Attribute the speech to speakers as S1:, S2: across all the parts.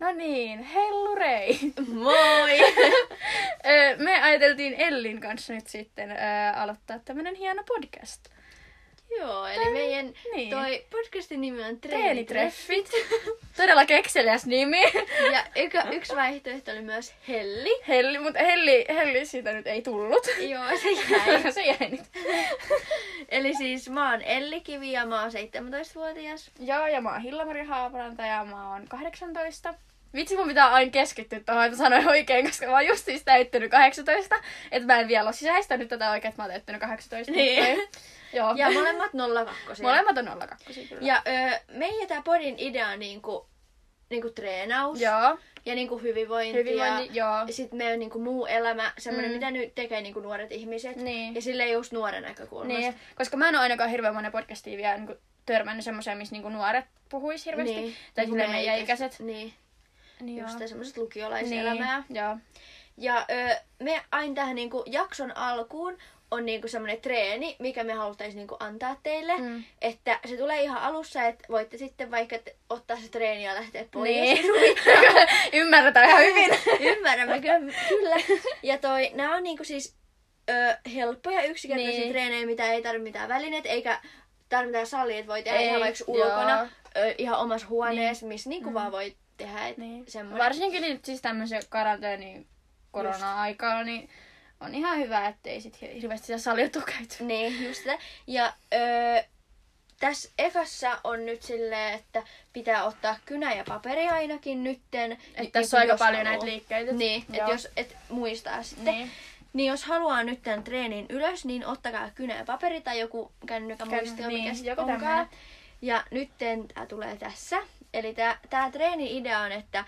S1: No niin, hellurei!
S2: Moi!
S1: Ö, Me ajateltiin Ellin kanssa nyt sitten ö, aloittaa tämmönen hieno podcast.
S2: Joo, eli meidän
S1: Niin.
S2: toi podcastin nimi on Treenitreffi.
S1: Treenitreffit. Todella kekseliäs nimi.
S2: Ja ykä, yksi vaihtoehto oli myös Helli.
S1: Helli, mutta Helli, Helli siitä nyt ei tullut.
S2: Joo, se jäi.
S1: Se jäi nyt.
S2: Eli siis mä oon Elli Kivi ja mä oon 17-vuotias.
S1: Joo, ja mä oon Hilla-Mari Haaparanta ja mä oon 18. Vitsi, mun pitää aina keskittyä tuohon, että mä sanoin oikein, koska mä oon just siis täyttänyt 18. Että mä en vielä ole sisäistänyt tätä oikein, että mä oon täyttänyt 18.
S2: Niin.
S1: mutta ei. Joo.
S2: Ja molemmat 02.
S1: Molemmat on 02 kyllä.
S2: Ja ö, meidän tää podin idea on niinku, niinku treenaus
S1: Joo.
S2: ja niinku hyvinvointi.
S1: Hyvinvointi,
S2: ja
S1: joo.
S2: sitten meidän niinku muu elämä, semmoinen
S1: Mm.
S2: mitä nyt tekee niinku nuoret ihmiset.
S1: Niin.
S2: Ja sille just nuoren näkökulmasta.
S1: Niin, koska mä en ole ainakaan hirveän monen podcastiin vielä niin törmännyt semmoiseen, missä niin nuoret puhuisi hirveästi. Niin. Tai
S2: Niinku
S1: silleen meidän ikäiset.
S2: Niin,
S1: Niin,
S2: just semmoiset
S1: niin.
S2: lukiolaiselämää.
S1: Joo.
S2: Ja ö, me aina tähän niinku jakson alkuun on niinku semmoinen treeni, mikä me haluttaisiin niinku antaa teille.
S1: Mm.
S2: Että se tulee ihan alussa, että voitte sitten vaikka t- ottaa se treeni ja lähteä pois.
S1: Niin. Ymmärretään ihan hyvin.
S2: Ymmärrämme kyllä. kyllä. Ja toi, nämä on niinku siis ö, helppoja yksinkertaisia
S1: Niin.
S2: niin. treenejä, mitä ei tarvitse mitään välineet, eikä tarvitse mitään salia, että voi tehdä
S1: Ei,
S2: ei, ihan vaikka
S1: joo.
S2: ulkona, ö, ihan omassa huoneessa, niin. missä niinku mm. vaan voi tehdä. Et
S1: Niin.
S2: niin.
S1: Varsinkin nyt siis tämmöisen karanteeni korona-aikaa, niin on ihan hyvä, ettei sit hir- hirveästi sitä salia tuu käyty.
S2: Niin, just sitä. Ja öö, tässä ekassa on nyt silleen, että pitää ottaa kynä ja paperi ainakin nytten.
S1: Että
S2: Ni-
S1: tässä on aika
S2: Niin, jos
S1: paljon
S2: haluaa.
S1: näitä liikkeitä.
S2: Niin,
S1: Joo.
S2: että jos et muistaa sitten. Niin.
S1: Niin.
S2: niin jos haluaa nyt tämän treenin ylös, niin ottakaa kynä ja paperi tai joku kännykän
S1: Känny-
S2: muistio,
S1: niin,
S2: mikä sit
S1: joku
S2: onkaan.
S1: tämmönen.
S2: Ja nytten tämä tulee tässä. Eli tämä treenin idea on, että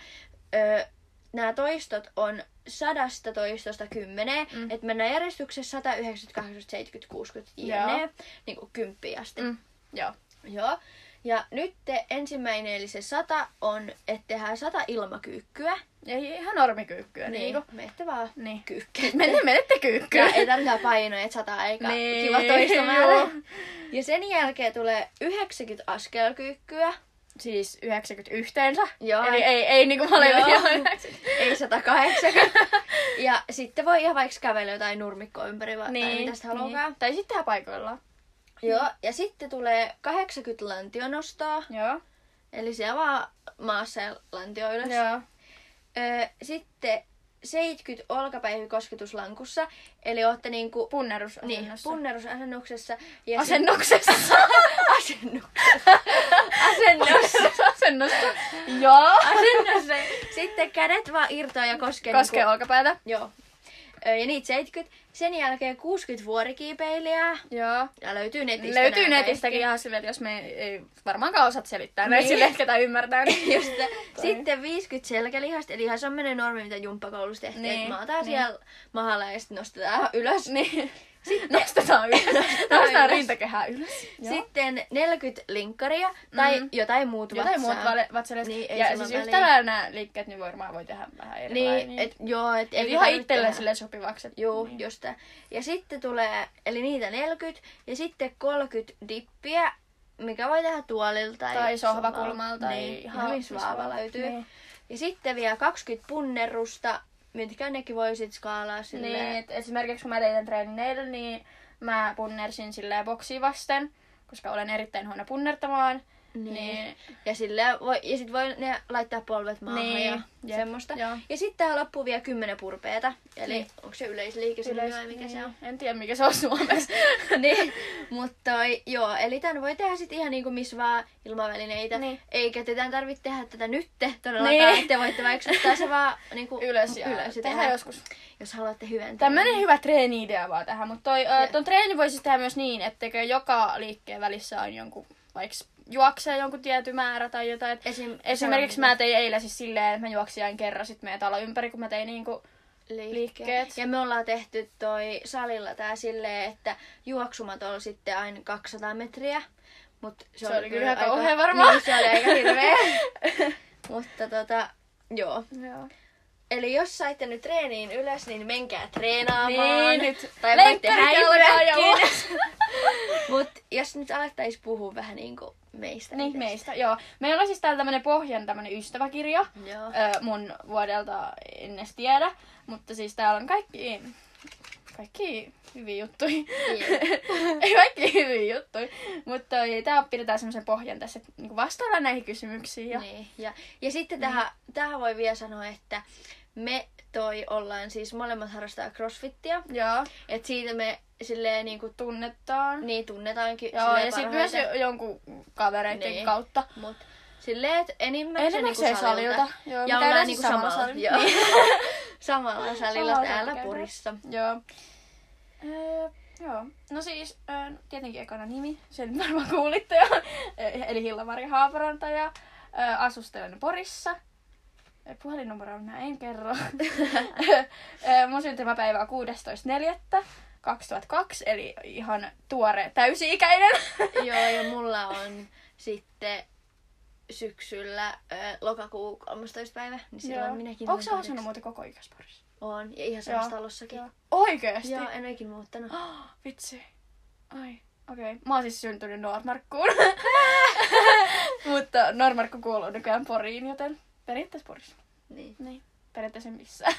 S2: öö, nämä toistot on sadasta toistosta kymmeneen,
S1: Mm.
S2: mm. että mennään järjestyksessä 190, 80, 70, 60
S1: Joo.
S2: jne. Niin kuin kymppiä asti.
S1: Mm. Joo.
S2: Joo. Ja nyt te ensimmäinen, eli se sata on, että tehdään sata ilmakyykkyä.
S1: Ja ihan normikyykkyä. Niin. Niin.
S2: Menette vaan
S1: niin.
S2: kyykkyä.
S1: Menne, menette kyykkyä.
S2: Ja ei tarvitse painoa, että sata eikä
S1: Niin,
S2: kiva toistomäärä.
S1: joo.
S2: Ja sen jälkeen tulee 90 askelkyykkyä.
S1: Siis 90 yhteensä.
S2: Joo.
S1: Eli ei, ei niinku molemmilla
S2: Joo. Ei 180. ja sitten voi ihan vaikka kävellä jotain nurmikkoa ympäri vaan niin, tai mitä sitä haluaa.
S1: Tai sitten tehdä paikoillaan.
S2: Joo, ja sitten tulee 80 lantionostoa.
S1: Joo.
S2: Eli siellä vaan maassa ja lantio ylös.
S1: Joo.
S2: Öö, sitten 70 olkapäivä kosketuslankussa, eli ootte niinku niin,
S1: Punnerusasennossa.
S2: punnerusasennuksessa ja sit-
S1: Asennuksessa.
S2: asennuksessa. asennossa.
S1: Asennossa. Joo.
S2: asennossa. Sitten kädet vaan irtoa ja koskee.
S1: Koske
S2: niinku-
S1: olkapäätä.
S2: Joo. Öö, ja niitä 70. Sen jälkeen 60 vuorikiipeilijää.
S1: Joo.
S2: Ja löytyy netistä.
S1: Löytyy
S2: nää
S1: netistäkin ihan silleen, jos me ei varmaankaan osat selittää näin
S2: Niin.
S1: silleen, ketä ymmärtää. Niin.
S2: Just se. Sitten 50 selkälihasta, eli ihan semmoinen normi, mitä jumppakoulussa tehtiin,
S1: Niin,
S2: niin, että maataan
S1: niin.
S2: niin. siellä mahalla ja sitten nostetaan ylös.
S1: niin. Sitten nostetaan ylös. Nostetaan
S2: ylös.
S1: rintakehää ylös.
S2: Sitten 40 linkkaria tai
S1: Mm.
S2: mm. jotain muut
S1: Jotain muut
S2: vatsaa.
S1: vale- vatsaleet.
S2: Niin, ei
S1: ja
S2: sillä
S1: siis
S2: väliä.
S1: yhtä lailla nämä liikkeet, niin varmaan voi tehdä vähän eri lailla,
S2: Niin, et, joo, et
S1: Eli
S2: ei
S1: ihan
S2: tarvitse
S1: itselle
S2: tehdä.
S1: sille sopivaksi. että-
S2: Joo, niin. just tää. Ja sitten tulee, eli niitä 40 ja sitten 30 dippiä, mikä voi tehdä tuolilta tai,
S1: Tai
S2: sohvalta.
S1: sohvakulmalta tai
S2: niin,
S1: ihan
S2: ihan missä vaan
S1: missä vaan.
S2: löytyy.
S1: Niin.
S2: Niin. Ja sitten vielä 20 punnerusta, mitkä nekin voi sit skaalaa silleen.
S1: Niin, et esimerkiksi kun mä tein tän treenin eilen, niin mä punnersin silleen boksi vasten, koska olen erittäin huono punnertamaan.
S2: Niin.
S1: Niin.
S2: Ja, silleen voi, ja sit voi ne laittaa polvet maahan
S1: Niin,
S2: ja
S1: jep,
S2: semmoista.
S1: joo.
S2: Ja sitten tää loppuu vielä kymmenen purpeeta. Eli
S1: Niin.
S2: onko se yleisliike sillä vai mikä se on?
S1: En tiedä, mikä se on Suomessa.
S2: niin, mutta joo, eli tämän voi tehdä sitten ihan niinku missä vaan ilmavälineitä.
S1: Niin.
S2: Eikä tätä tarvitse tehdä tätä nytte todellakaan,
S1: Niin.
S2: niin. että voitte vaikka ottaa se vaan niinku
S1: Ylös ja
S2: ylös ja
S1: tehdään
S2: tehdä, jos...
S1: joskus.
S2: jos haluatte hyvän
S1: Tämmönen hyvä treeni-idea vaan tähän, mutta toi, ö,
S2: Jep.
S1: ton treeni voi siis tehdä myös niin, etteikö joka liikkeen välissä on jonkun, vaikka juoksee jonkun tietty määrä tai jotain. Et
S2: Esim, niin.
S1: Esimerkiksi mä tein eilen siis silleen, että mä juoksin aina kerran sit meidän talon ympäri, kun mä tein niinku liikkeet.
S2: liikkeet. Ja me ollaan tehty toi salilla tää silleen, että juoksumat on sitten aina 200 metriä. Mut se,
S1: Se oli kyllä aika kauhea varmaan.
S2: Niin, se oli aika hirveä. Mutta tota, joo.
S1: Joo.
S2: Eli jos saitte nyt treeniin ylös, niin menkää treenaamaan.
S1: Niin, nyt
S2: Tai voitte
S1: lenkkarit jalkaan ja
S2: häipyäkin. Mut jos nyt alettaisiin puhua vähän niinku meistä.
S1: Niin,
S2: itsestä.
S1: meistä, joo. Meillä on siis täällä tämmönen pohjan tämmönen ystäväkirja.
S2: Joo.
S1: Ö, mun vuodelta en edes tiedä. Mutta siis täällä on kaikki, kaikki hyviä
S2: Niin.
S1: juttuja. Ei kaikki hyviä juttuja. Mutta tää pidetään semmoisen pohjan tässä, että niinku vastaillaan näihin kysymyksiin. Ja...
S2: Niin, ja, ja sitten tähän,
S1: Niin.
S2: tähän voi vielä sanoa, että me toi ollaan siis molemmat harrastaa crossfittiä.
S1: Joo,
S2: Et siitä me silleen niinku
S1: tunnetaan.
S2: niin tunnetaankin
S1: Joo,
S2: silleen
S1: ja sitten myös
S2: parhaiten.
S1: jo- jonkun kavereiden
S2: Niin.
S1: niin. kautta.
S2: Mut silleen, että enimmäkseen
S1: Enemmän
S2: niinku
S1: se
S2: salilta.
S1: salilta. Joo,
S2: ja
S1: me käydään
S2: ollaan
S1: siis
S2: niinku
S1: samalla
S2: samalla,
S1: salilla.
S2: joo. samalla salilla
S1: Samalla
S2: täällä
S1: salilla
S2: Porissa.
S1: Joo. Öö, joo. No siis, öö, tietenkin ekana nimi, sen varmaan kuulitte jo. Ö, Eli Hillamari Haaparanta ja öö, asustelen Porissa. Ö, Puhelinnumeroa minä en kerro. Ö, Mun syntymäpäivä on 16.4. 2002, eli ihan tuore täysi-ikäinen.
S2: Joo, ja mulla on sitten syksyllä ö, lokakuu 13. päivä, niin silloin
S1: Joo.
S2: minäkin
S1: Onko sä
S2: olen
S1: asunut
S2: kahdeksan.
S1: muuten koko ikäis Porissa?
S2: Oon, ja ihan samassa
S1: Joo.
S2: talossakin. Joo,
S1: Oikeesti?
S2: Joo en ole ikin muuttanut.
S1: Vitsi. Ai, okei. Okay. Mä oon siis syntynyt Noormarkkuun. Mutta Noormarkku kuuluu nykyään Poriin, joten periaatteessa Porissa.
S2: Niin.
S1: Niin, periaatteessa ei missään.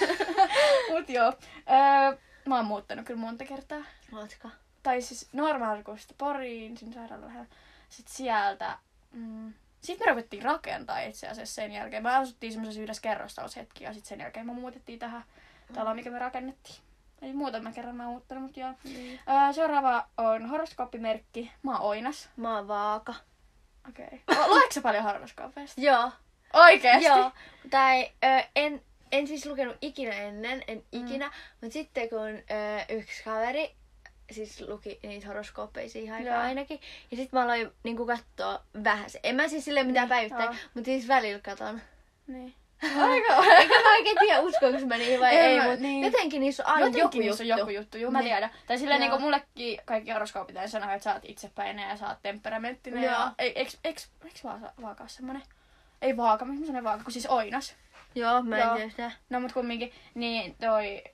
S1: Mut joo. Öö, mä oon muuttanut kyllä monta kertaa.
S2: Ootko?
S1: Tai siis Noormarkusta Poriin, sinne sairaalan lähellä. Sitten sieltä... Mm, sitten me ruvettiin rakentaa itse asiassa sen jälkeen. Me asuttiin semmoisessa yhdessä kerrostalossa hetki ja sitten sen jälkeen me muutettiin tähän taloon, mikä me rakennettiin. Eli muutama kerran mä oon muuttanut, mutta joo.
S2: Niin.
S1: Öö, seuraava on horoskooppimerkki. Mä oon Oinas.
S2: Mä oon vaaka.
S1: Okei. Okay. Luetko sä paljon horoskoopeista?
S2: Joo.
S1: Oikeesti?
S2: Joo. Tai ö, en, en siis lukenut ikinä ennen, en ikinä. Mutta sitten kun ö, yksi kaveri siis luki niitä horoskooppeja siihen aikaan
S1: Joo.
S2: ainakin. Ja sitten mä aloin niinku katsoa vähän. se- En mä siis sille mitään päivittäin,
S1: joo.
S2: mutta siis välillä katon.
S1: Niin. Aika
S2: Mä oikein tiedä uskoinko mä niin vai
S1: En
S2: ei,
S1: mä-
S2: mutta
S1: niin.
S2: niin. jotenkin niissä on aina
S1: Jotenkin
S2: joku
S1: niissä
S2: juttu.
S1: on joku juttu, juu, mä
S2: Niin.
S1: tiedän. Tai silleen
S2: Joo.
S1: niinku mullekin kaikki horoskoopit aina sanoo, että sä oot itsepäinen ja sä oot temperamenttinen.
S2: Joo.
S1: Ja... Ei, eiks, eiks, eiks vaasa, vaaka ole semmonen? Ei vaaka, miksi mä sanon vaaka, kun siis Oinas.
S2: Joo, mä en
S1: Joo.
S2: tiedä sitä.
S1: No mut kumminkin, niin toi...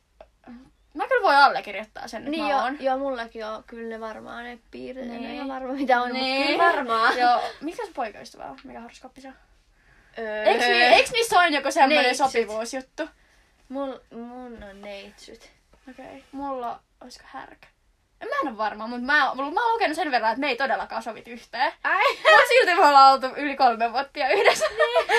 S1: Mä kyllä voin allekirjoittaa sen, että
S2: Niin
S1: mä
S2: joo,
S1: oon.
S2: joo, mullakin on kyllä ne varmaan ne piirteet. En
S1: Niin.
S2: ole ihan varma mitä on, niin. mutta
S1: Niin.
S2: kyllä varmaan.
S1: Joo. Mikä sun poikaystävä on? Mikä horoskooppi se on?
S2: Öö, Niin,
S1: Eiks, ni, eiks niissä ole joku semmoinen
S2: Neitsyt.
S1: sopivuusjuttu?
S2: Mul, mun on neitsyt.
S1: Okei. Okay. Mulla olisiko härkä? En Mä en ole varma, mutta mä, oon- mä oon lukenut sen verran, että me ei todellakaan sovit yhteen.
S2: Ai!
S1: Mut silti me ollaan oltu yli kolme vuotta yhdessä.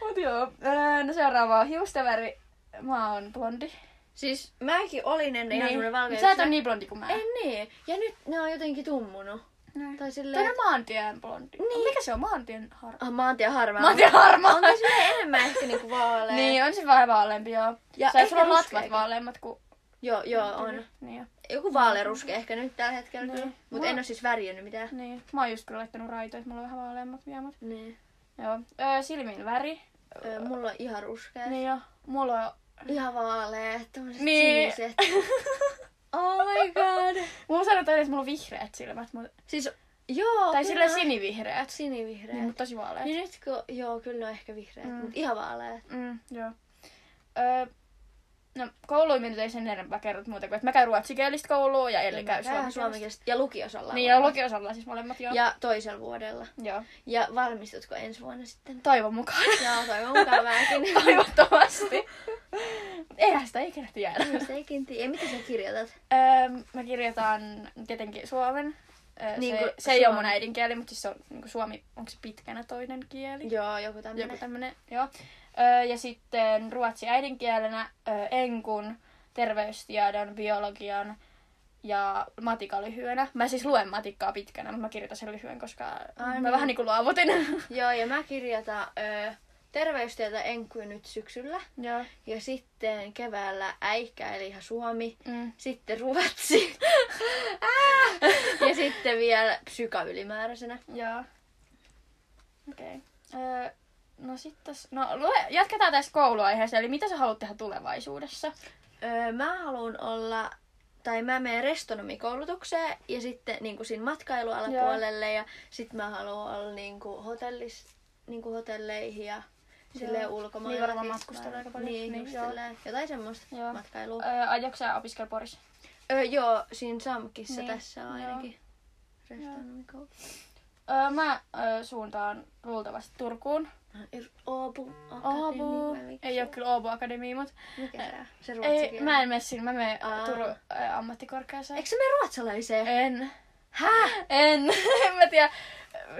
S1: Mut joo. Öö, No seuraava on hiustenväri. Mä oon blondi.
S2: Siis mäkin olin ennen ihan semmonen valkoinen.
S1: Mut Sä et ole niin blondi kuin mä.
S2: En niin. Ja nyt ne on jotenkin tummunut.
S1: Näin.
S2: Tai
S1: Toi
S2: silleen...
S1: on maantien blondi. Niin. Mikä se on? Maantien harmaa.
S2: Ah, maantie harmaa.
S1: Maantien harmaa.
S2: On tässä vähän enemmän ehkä niinku vaalea.
S1: Niin, on se vähän vaaleampi joo.
S2: Ja
S1: Ja Sä
S2: ehkä
S1: sulla on latvat
S2: ruskeakin.
S1: vaaleammat kuin...
S2: Joo, joo, on.
S1: Niin, joo.
S2: Joku vaaleruske ehkä nyt tällä hetkellä
S1: Niin.
S2: kyllä. Mut
S1: Mulla-
S2: en oo siis värjännyt mitään.
S1: niin. Mä oon just kyllä laittanut raitoja, että mulla on vähän vaaleammat vielä, mut...
S2: Niin.
S1: Joo. Öö, silmin väri.
S2: Öö, mulla on ihan ruskeet.
S1: Niin joo. Mulla on
S2: Ihan vaaleet, tommoset
S1: Niin.
S2: siniset. Oh my god.
S1: Mulla sanotaan, aina, että mulla on vihreät silmät, mut...
S2: Siis, joo.
S1: tai
S2: kyllä
S1: silleen
S2: on
S1: sinivihreät.
S2: Sinivihreät.
S1: Niin, mutta tosi vaaleat.
S2: Niin nyt kun, joo, kyllä ne on ehkä vihreät,
S1: Mm.
S2: mm. mutta ihan vaaleat.
S1: Mm, joo. Öö, no, kouluun me nyt ei sen enempää kerrot muuta kuin, että mä käyn ruotsikielistä koulua ja Elli käy suomenkielistä.
S2: Niin, suomenkielistä. Ja lukiosolla.
S1: Niin, ja lukiosalla siis molemmat, joo.
S2: ja toisella vuodella.
S1: joo.
S2: Ja valmistutko ensi vuonna sitten?
S1: Toivon mukaan.
S2: Joo, toivon mukaan mäkin.
S1: Toivottavasti. Eihän sitä ikinä tiedä.
S2: Mistä ikin tiedä. Ja mitä sä kirjoitat?
S1: Öö, mä kirjoitan tietenkin suomen. Öö,
S2: Niin
S1: niin se,
S2: kuin
S1: se ei ole
S2: suomi.
S1: mun äidinkieli, mutta siis se on niin kuin suomi, onko se pitkänä toinen kieli?
S2: Joo, joku tämmönen.
S1: Joku tämmönen, joo. Öö, ja sitten ruotsi äidinkielenä öö, enkun, terveystiedon, biologian ja matikan lyhyenä. Mä siis luen matikkaa pitkänä, mutta mä kirjoitan sen lyhyen, koska Ai, mä
S2: niin.
S1: niin. vähän niinku luovutin.
S2: Joo, ja mä kirjoitan öö, terveystieltä enkuin nyt syksyllä.
S1: joo.
S2: Ja sitten keväällä äikä, eli ihan suomi.
S1: Mm.
S2: Sitten ruotsi. Ah! ja sitten vielä psyka ylimääräisenä.
S1: Joo. Okei. Okay. Öö, no sitten, no lue, jatketaan tästä kouluaiheesta, eli mitä sä haluat tehdä tulevaisuudessa?
S2: Öö, mä haluan olla, tai mä menen restonomikoulutukseen ja sitten niin kuin siinä matkailualapuolelle ja sitten mä haluan olla niin kuin hotellis, niin kuin niinku hotelleihin ja Silleen
S1: Joo.
S2: ulkomailla.
S1: Niin varmaan
S2: siis
S1: matkustelee
S2: vaan-
S1: aika paljon.
S2: Niin,
S1: Niin,
S2: niin
S1: joo.
S2: Jotain semmoista
S1: Joo.
S2: matkailua.
S1: Öö, Aiotko sä opiskella Porissa?
S2: Öö, joo, siinä Samkissa
S1: Niin,
S2: tässä on
S1: joo.
S2: ainakin. Restonomikoulu.
S1: Öö, mä öö, suuntaan luultavasti Turkuun.
S2: Oopu.
S1: Oobu. Ei ole kyllä Oobu Akademia, mutta
S2: Mikä tää? Se
S1: ei,
S2: ruotsi
S1: mä en mene sinne. Mä menen
S2: Aa.
S1: Turun öö, ammattikorkeaseen.
S2: Eikö se mene ruotsalaiseen?
S1: En.
S2: Häh?
S1: En. en mä tiedä.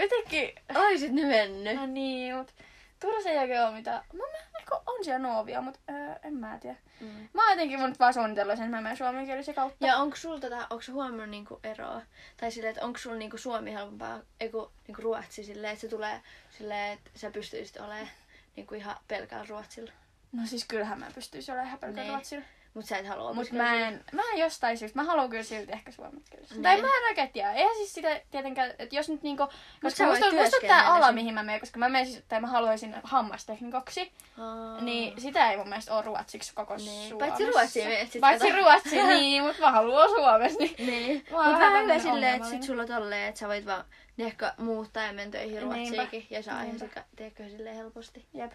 S1: Jotenkin.
S2: Oisit nyt mennyt.
S1: No niin, mut Turussa ei oikein oo mitään. No mä, eikö on siellä Noovia, mut öö, en mä tiedä.
S2: Mm.
S1: Mä oon jotenkin voinut vaan suunnitella sen, mä menen suomenkielisen kautta.
S2: Ja onko sulla tota, onko huomannut niinku eroa? Tai silleen, että onko sulla niinku suomi helpompaa, eiku niinku ruotsi silleen, että se tulee silleen, että sä pystyisit olemaan niinku ihan pelkällä ruotsilla.
S1: No siis kyllähän mä pystyisin olemaan ihan pelkällä
S2: Niin.
S1: ruotsilla.
S2: Mut sä et halua
S1: Mut
S2: opiskella
S1: mä en, mä en jostain syystä, mä haluan kyllä silti ehkä suomenkielisen.
S2: Niin.
S1: Tai mä en oikein tiedä. Eihän siis sitä tietenkään, että jos nyt niinku, koska
S2: sä voit
S1: musta, musta on tää
S2: työskennellä
S1: ala,
S2: sen-
S1: mihin mä menen, koska mä menen siis, tai mä haluaisin hammasteknikoksi,
S2: Aa.
S1: niin sitä ei mun mielestä oo ruotsiksi koko
S2: Niin.
S1: Suomessa.
S2: Paitsi ruotsiin menet sit
S1: Paitsi
S2: kato.
S1: ruotsi, niin, mut mä haluan suomeksi, niin
S2: Niin.
S1: Mä oon
S2: Mut
S1: vähän
S2: vähän hyvä
S1: tämmönen
S2: silleen, että sit
S1: ongelmallinen.
S2: sulla tolleen, että sä voit vaan ehkä muuttaa ja mennä töihin
S1: Niinpä.
S2: Ruotsiinkin. Ja saa ihan
S1: Niinpä.
S2: sika, teekö silleen helposti.
S1: Jep.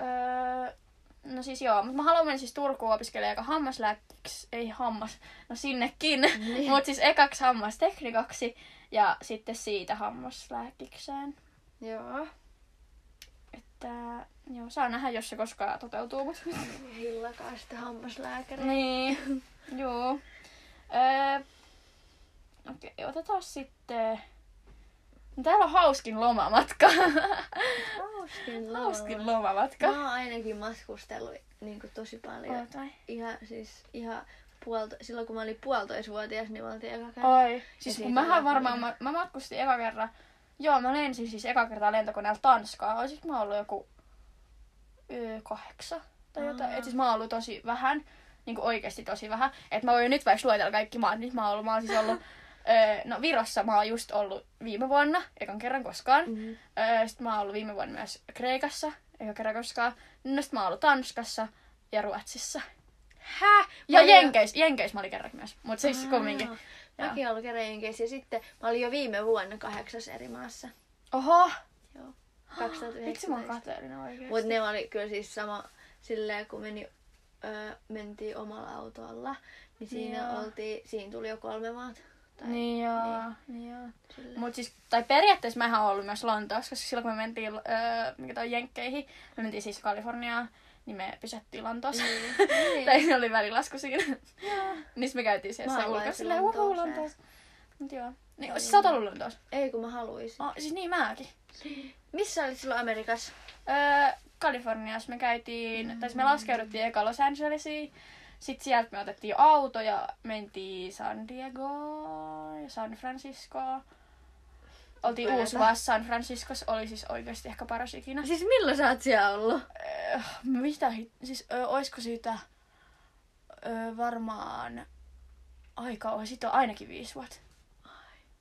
S1: Öö, no siis joo, mutta mä haluan mennä siis Turkuun opiskelemaan eka hammaslääkiksi, ei hammas, no sinnekin,
S2: Niin.
S1: niin. mutta siis ekaksi hammasteknikaksi ja sitten siitä hammaslääkikseen.
S2: Joo.
S1: Että joo, saa nähdä, jos se koskaan toteutuu, mut.
S2: Hillakaa sitten hammaslääkäri.
S1: niin, joo. Öö, Okei, otetaan sitten... No, täällä on hauskin lomamatka.
S2: Hauskin loma.
S1: hauskin lomamatka.
S2: Mä oon ainakin matkustellut niin kuin tosi paljon.
S1: Oot vai?
S2: Ihan siis ihan puolto, silloin kun mä olin puolitoisvuotias, niin me oltiin eka kerran.
S1: Oi, siis
S2: siitä
S1: kun mähän
S2: lähtien.
S1: varmaan, mä, mä matkustin eka kerran, joo mä lensin siis eka kertaa lentokoneella Tanskaa, olisit mä ollut joku ö, kahdeksan tai jotain,
S2: Aa.
S1: et siis mä oon ollut tosi vähän, niinku oikeesti tosi vähän, että mä voin nyt vaikka luetella kaikki maat, nyt mä oon ollut, mä oon siis ollut, ö, no Virossa mä oon just ollut viime vuonna, ekan kerran koskaan,
S2: Mm.
S1: Öö, sitten mä oon ollut viime vuonna myös Kreikassa, eikä kerran koskaan. No sit mä oon ollut Tanskassa ja Ruotsissa.
S2: Häh?
S1: Ja
S2: Mä olin jo-
S1: Jenkeis, Jenkeis mä olin kerran myös, mut siis
S2: Aa.
S1: kumminkin.
S2: Mäkin ollut kerran Jenkeissä ja sitten mä olin jo viime vuonna kahdeksas eri maassa.
S1: Oho!
S2: Joo.
S1: Miksi mä oon
S2: 2019.
S1: kateellinen oikeesti?
S2: Mutta ne oli kyllä siis sama silleen, kun meni, öö, mentiin omalla autolla, niin siinä,
S1: Joo.
S2: oltiin, siinä tuli jo kolme maata. Tai
S1: Niin joo, niin joo.
S2: silleen.
S1: Mut siis, tai periaatteessa mähän oon ollut myös Lontoossa, koska silloin kun me mentiin, öö, mikä toi Jenkkeihin, me mentiin siis Kaliforniaan, niin me pysähtiin Lontoossa.
S2: Niin.
S1: tai se oli välilasku siinä. niin sit me käytiin siellä
S2: Mä
S1: sen
S2: haluaisin
S1: ulkoa silleen,
S2: Lontooseen.
S1: uhuu Lontoossa. Mut joo. Niin, siis sä oot ollut Lontoossa?
S2: Ei kun mä haluaisin.
S1: Oh, siis niin mäkin.
S2: Missä olit silloin Amerikassa?
S1: Öö, Kaliforniassa me käytiin, mm-hmm. tai siis me laskeuduttiin eka Los Angelesiin. Sitten sieltä me otettiin auto ja mentiin San Diegoon ja San Franciscoon. Oltiin
S2: Upeeta.
S1: Uusmaassa, San Franciscossa oli siis oikeasti ehkä paras ikinä.
S2: Siis milloin sä oot siellä ollut?
S1: Öö, mitä hit... Siis öö, oisko siitä öö, varmaan aika on, siitä on ainakin viisi vuotta.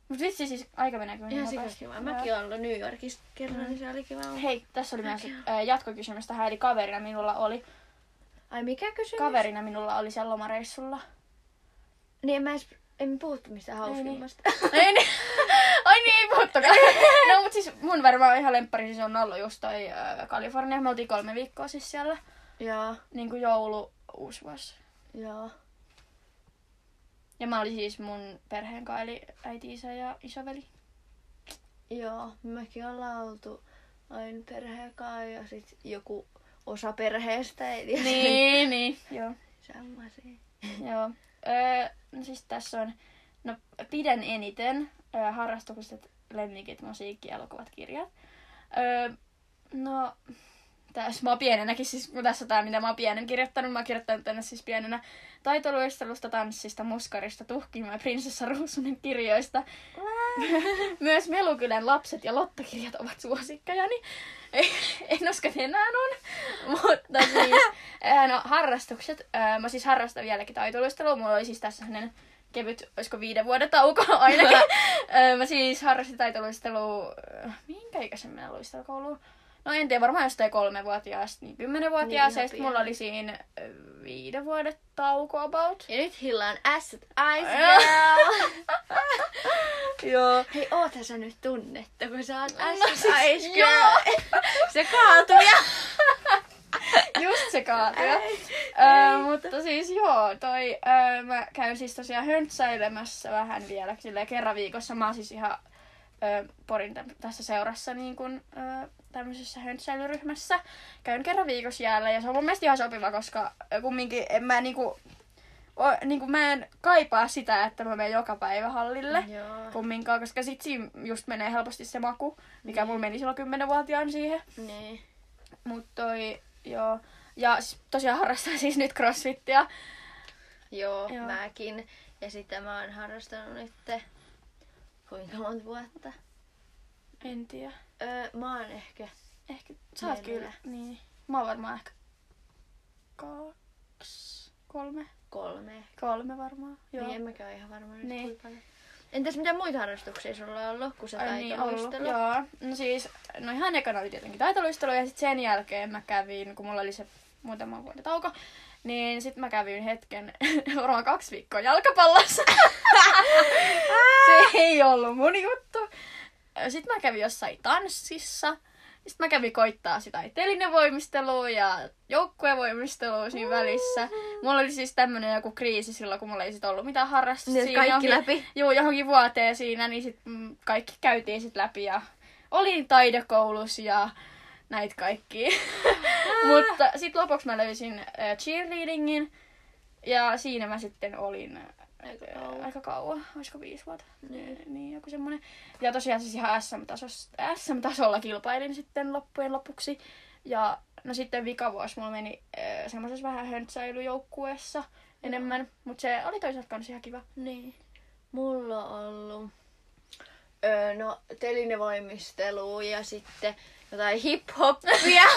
S1: Mut vitsi siis aika menee kyllä niin
S2: Ihan
S1: nopeasti.
S2: sikaskiva. Mäkin oon ollut New Yorkissa kerran, niin se oli kiva. olla.
S1: Hei, tässä oli myös ö, jatkokysymys tähän, eli kaverina minulla oli,
S2: Ai mikä kysymys?
S1: kaverina minulla oli siellä lomareissulla.
S2: Niin en mä edes, en puhuttu mistään hauskimmasta.
S1: Ei, niin. Ai niin, ei puhuttakaan. No mut siis mun varmaan ihan lemppari siis on ollut just toi ö, Kalifornia. Me oltiin kolme viikkoa siis siellä,
S2: Joo,
S1: niin kuin joulu, uusi vuosi.
S2: joo.
S1: Ja mä olin siis mun perheen kanssa, eli äiti, isä ja isoveli.
S2: Joo, mekin ollaan oltu aina perheen kanssa ja sit joku osa perheestä ei tiedä.
S1: niin. Joo.
S2: Semmoisia.
S1: Joo. Öö, no siis tässä on, no pidän eniten öö, harrastukset, lemmikit, musiikki, elokuvat, kirjat. Öö, no, tässä mä oon pienenäkin, siis kun tässä on tää mitä mä oon pienen kirjoittanut. Mä oon kirjoittanut tänne siis pienenä taitoluistelusta, tanssista, muskarista, tuhkimo ja prinsessa Ruusunen kirjoista. Myös Melukylän lapset ja Lottakirjat ovat suosikkajani. en usko, että enää on. Mutta siis, ää, no harrastukset. Ää, Mä siis harrastan vieläkin taitoluistelua. Mulla oli siis tässä hänen kevyt, olisiko viiden vuoden tauko ainakin. Ää, Mä siis harrastin taitoluistelua, äh, minkä ikäisen minä luistelukouluun? No en tiedä, varmaan jostain kolmevuotiaasta, niin kymmenenvuotiaasta. Niin,
S2: Niin, ihan
S1: sitten mulla
S2: pieni.
S1: oli siinä ö, viiden vuoden tauko about.
S2: Ja nyt Hilla on asset ice
S1: Joo.
S2: girl.
S1: Joo.
S2: Hei, oota sä nyt tunnetta, kun sä oot
S1: No
S2: asset
S1: siis
S2: ice girl.
S1: joo.
S2: Se kaatuu ja...
S1: Just se kaatui.
S2: Ei,
S1: Ö, mutta siis joo, toi, ö, mä käyn siis tosiaan höntsäilemässä vähän vielä silleen kerran viikossa. Mä oon siis ihan ö, porin tä- tässä seurassa niin kun, ö, tämmöisessä höntsäilyryhmässä. Käyn kerran viikossa jäällä ja se on mun mielestä ihan sopiva, koska ö, kumminkin en mä niinku, o, niinku mä en kaipaa sitä, että mä menen joka päivä hallille
S2: Joo.
S1: kumminkaan, koska sit siinä just menee helposti se maku, mikä mulla meni silloin 10-vuotiaan siihen.
S2: Niin.
S1: Mut toi, joo. Ja s- tosiaan harrastan siis nyt crossfittiä.
S2: Joo,
S1: Joo.
S2: mäkin. Ja sitä mä oon harrastanut nyt kuinka monta vuotta.
S1: En tiedä.
S2: Öö, mä oon ehkä...
S1: Ehkä sä oot
S2: Neljä.
S1: kyllä. Niin. Mä oon varmaan ehkä kaksi, kolme.
S2: Kolme.
S1: Kolme varmaan. Joo.
S2: Joo. Niin, en mäkään ole ihan varma nyt
S1: Niin.
S2: niin. paljon. Entäs mitä muita harrastuksia sulla on ollut, kun sä
S1: Ai niin, ollut.
S2: taitoluistelu?
S1: Joo. No siis, no ihan ekana oli tietenkin taitoluistelu ja sitten sen jälkeen mä kävin, kun mulla oli se muutama vuoden tauko, niin sitten mä kävin hetken, varmaan kaksi viikkoa jalkapallossa. se ei ollut mun juttu. Sitten mä kävin jossain tanssissa. Sitten mä kävin koittaa sitä telinevoimistelua ja joukkuevoimistelua siinä välissä. Mulla oli siis tämmönen joku kriisi silloin, kun mulla ei sit ollut mitään harrastusta.
S2: Niin,
S1: siinä
S2: kaikki
S1: johonkin-
S2: läpi.
S1: Joo, johonkin vuoteen siinä, niin sit mm, kaikki käytiin sit läpi ja olin taidekoulussa ja näitä kaikki.
S2: Ah.
S1: Mutta sit lopuksi mä löysin äh, cheerleadingin ja siinä mä sitten olin
S2: Aika
S1: äh,
S2: kauan.
S1: aika kauan, olisiko viisi vuotta,
S2: Niin.
S1: niin joku semmonen. Ja tosiaan siis ihan SM-tasolla, SM-tasolla kilpailin sitten loppujen lopuksi. Ja no sitten vikavuosi mulla meni äh, semmoisessa vähän höntsäilyjoukkueessa enemmän, mutta se oli toisaalta kans ihan kiva.
S2: Niin. Mulla on ollut öö, no, telinevoimistelua ja sitten jotain hip-hoppia.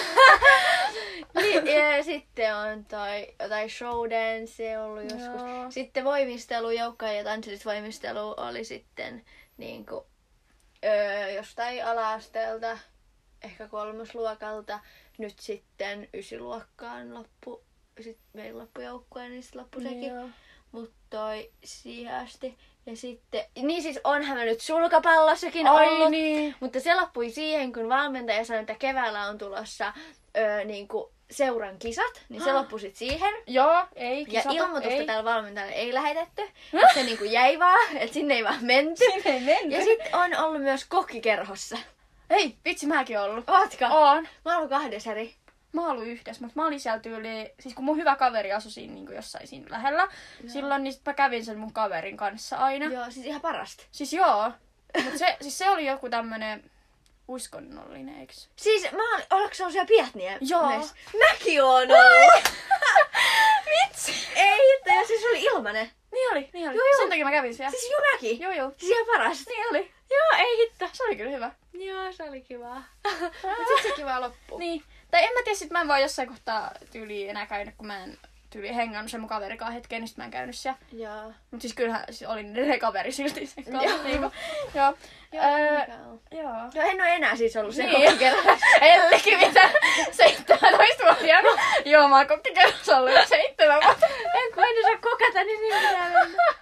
S2: niin, ja sitten on tai jotain show dance ollut joskus.
S1: Joo.
S2: Sitten voimistelu, joukka ja tanssilisvoimistelu oli sitten niin kuin, öö, jostain alasteelta, ehkä kolmosluokalta. Nyt sitten ysiluokkaan loppu, sit meillä loppu joukkue, niin sitten loppu sekin.
S1: Joo.
S2: Mut toi siihen asti. Ja sitten, niin siis onhan mä nyt sulkapallossakin
S1: Ai
S2: ollut.
S1: niin.
S2: Mutta se loppui siihen, kun valmentaja sanoi, että keväällä on tulossa öö, niin kuin seuran kisat. Niin se
S1: Ah.
S2: loppui sit siihen.
S1: Joo, ei
S2: Ja
S1: kisata,
S2: ilmoitusta
S1: ei.
S2: täällä valmentajalle ei lähetetty. Et se niinku jäi vaan, että sinne ei vaan menty.
S1: Sinne ei mennyt.
S2: Ja sitten on ollut myös kokkikerhossa.
S1: Hei, vitsi, mäkin oon ollut.
S2: Ootka?
S1: Oon.
S2: Mä oon ollut kahdessa eri.
S1: Mä oon ollut yhdessä, mutta mä olin siellä tyyli, siis kun mun hyvä kaveri asui siinä niin jossain siinä lähellä,
S2: Joo.
S1: silloin niin sit mä kävin sen mun kaverin kanssa aina. Joo.
S2: Joo, siis ihan parasta.
S1: Siis joo, mutta se, siis se oli joku tämmönen uskonnollinen, eiks?
S2: Siis mä oon, oliko se siellä Pietniä?
S1: Joo.
S2: Mäkin oon ollut.
S1: Vitsi!
S2: ei, että ja siis se oli ilmanen.
S1: Niin oli, niin oli.
S2: Joo, joo.
S1: Sen takia mä kävin siellä.
S2: Siis juu mäkin.
S1: Joo, joo.
S2: Siis ihan parasta.
S1: Niin oli. Joo, ei hitto. Siis- Se oli kyllä hyvä.
S2: Joo, se oli kivaa. Mut sit se kiva loppu.
S1: Niin. Tai en mä tiedä, sit mä en vaan jossain kohtaa tyyli enää käynyt, kun mä en tyyli hengannut sen mun kaverikaan hetkeen, niin sit mä en käynyt siellä.
S2: Joo.
S1: Mut siis kyllähän siis olin edelleen kaveri silti sen
S2: Joo.
S1: kanssa. niinku. Joo.
S2: Joo,
S1: Öö,
S2: mikä on?
S1: Joo.
S2: No en oo enää siis ollut sen
S1: Niin.
S2: kokkikerhossa.
S1: Ellikin mitä? 17-vuotiaana. Joo, mä oon kokkikerrossa ollut jo seitsemän vuotta.
S2: Ei, kun en osaa kokata, niin niin pitää mennä.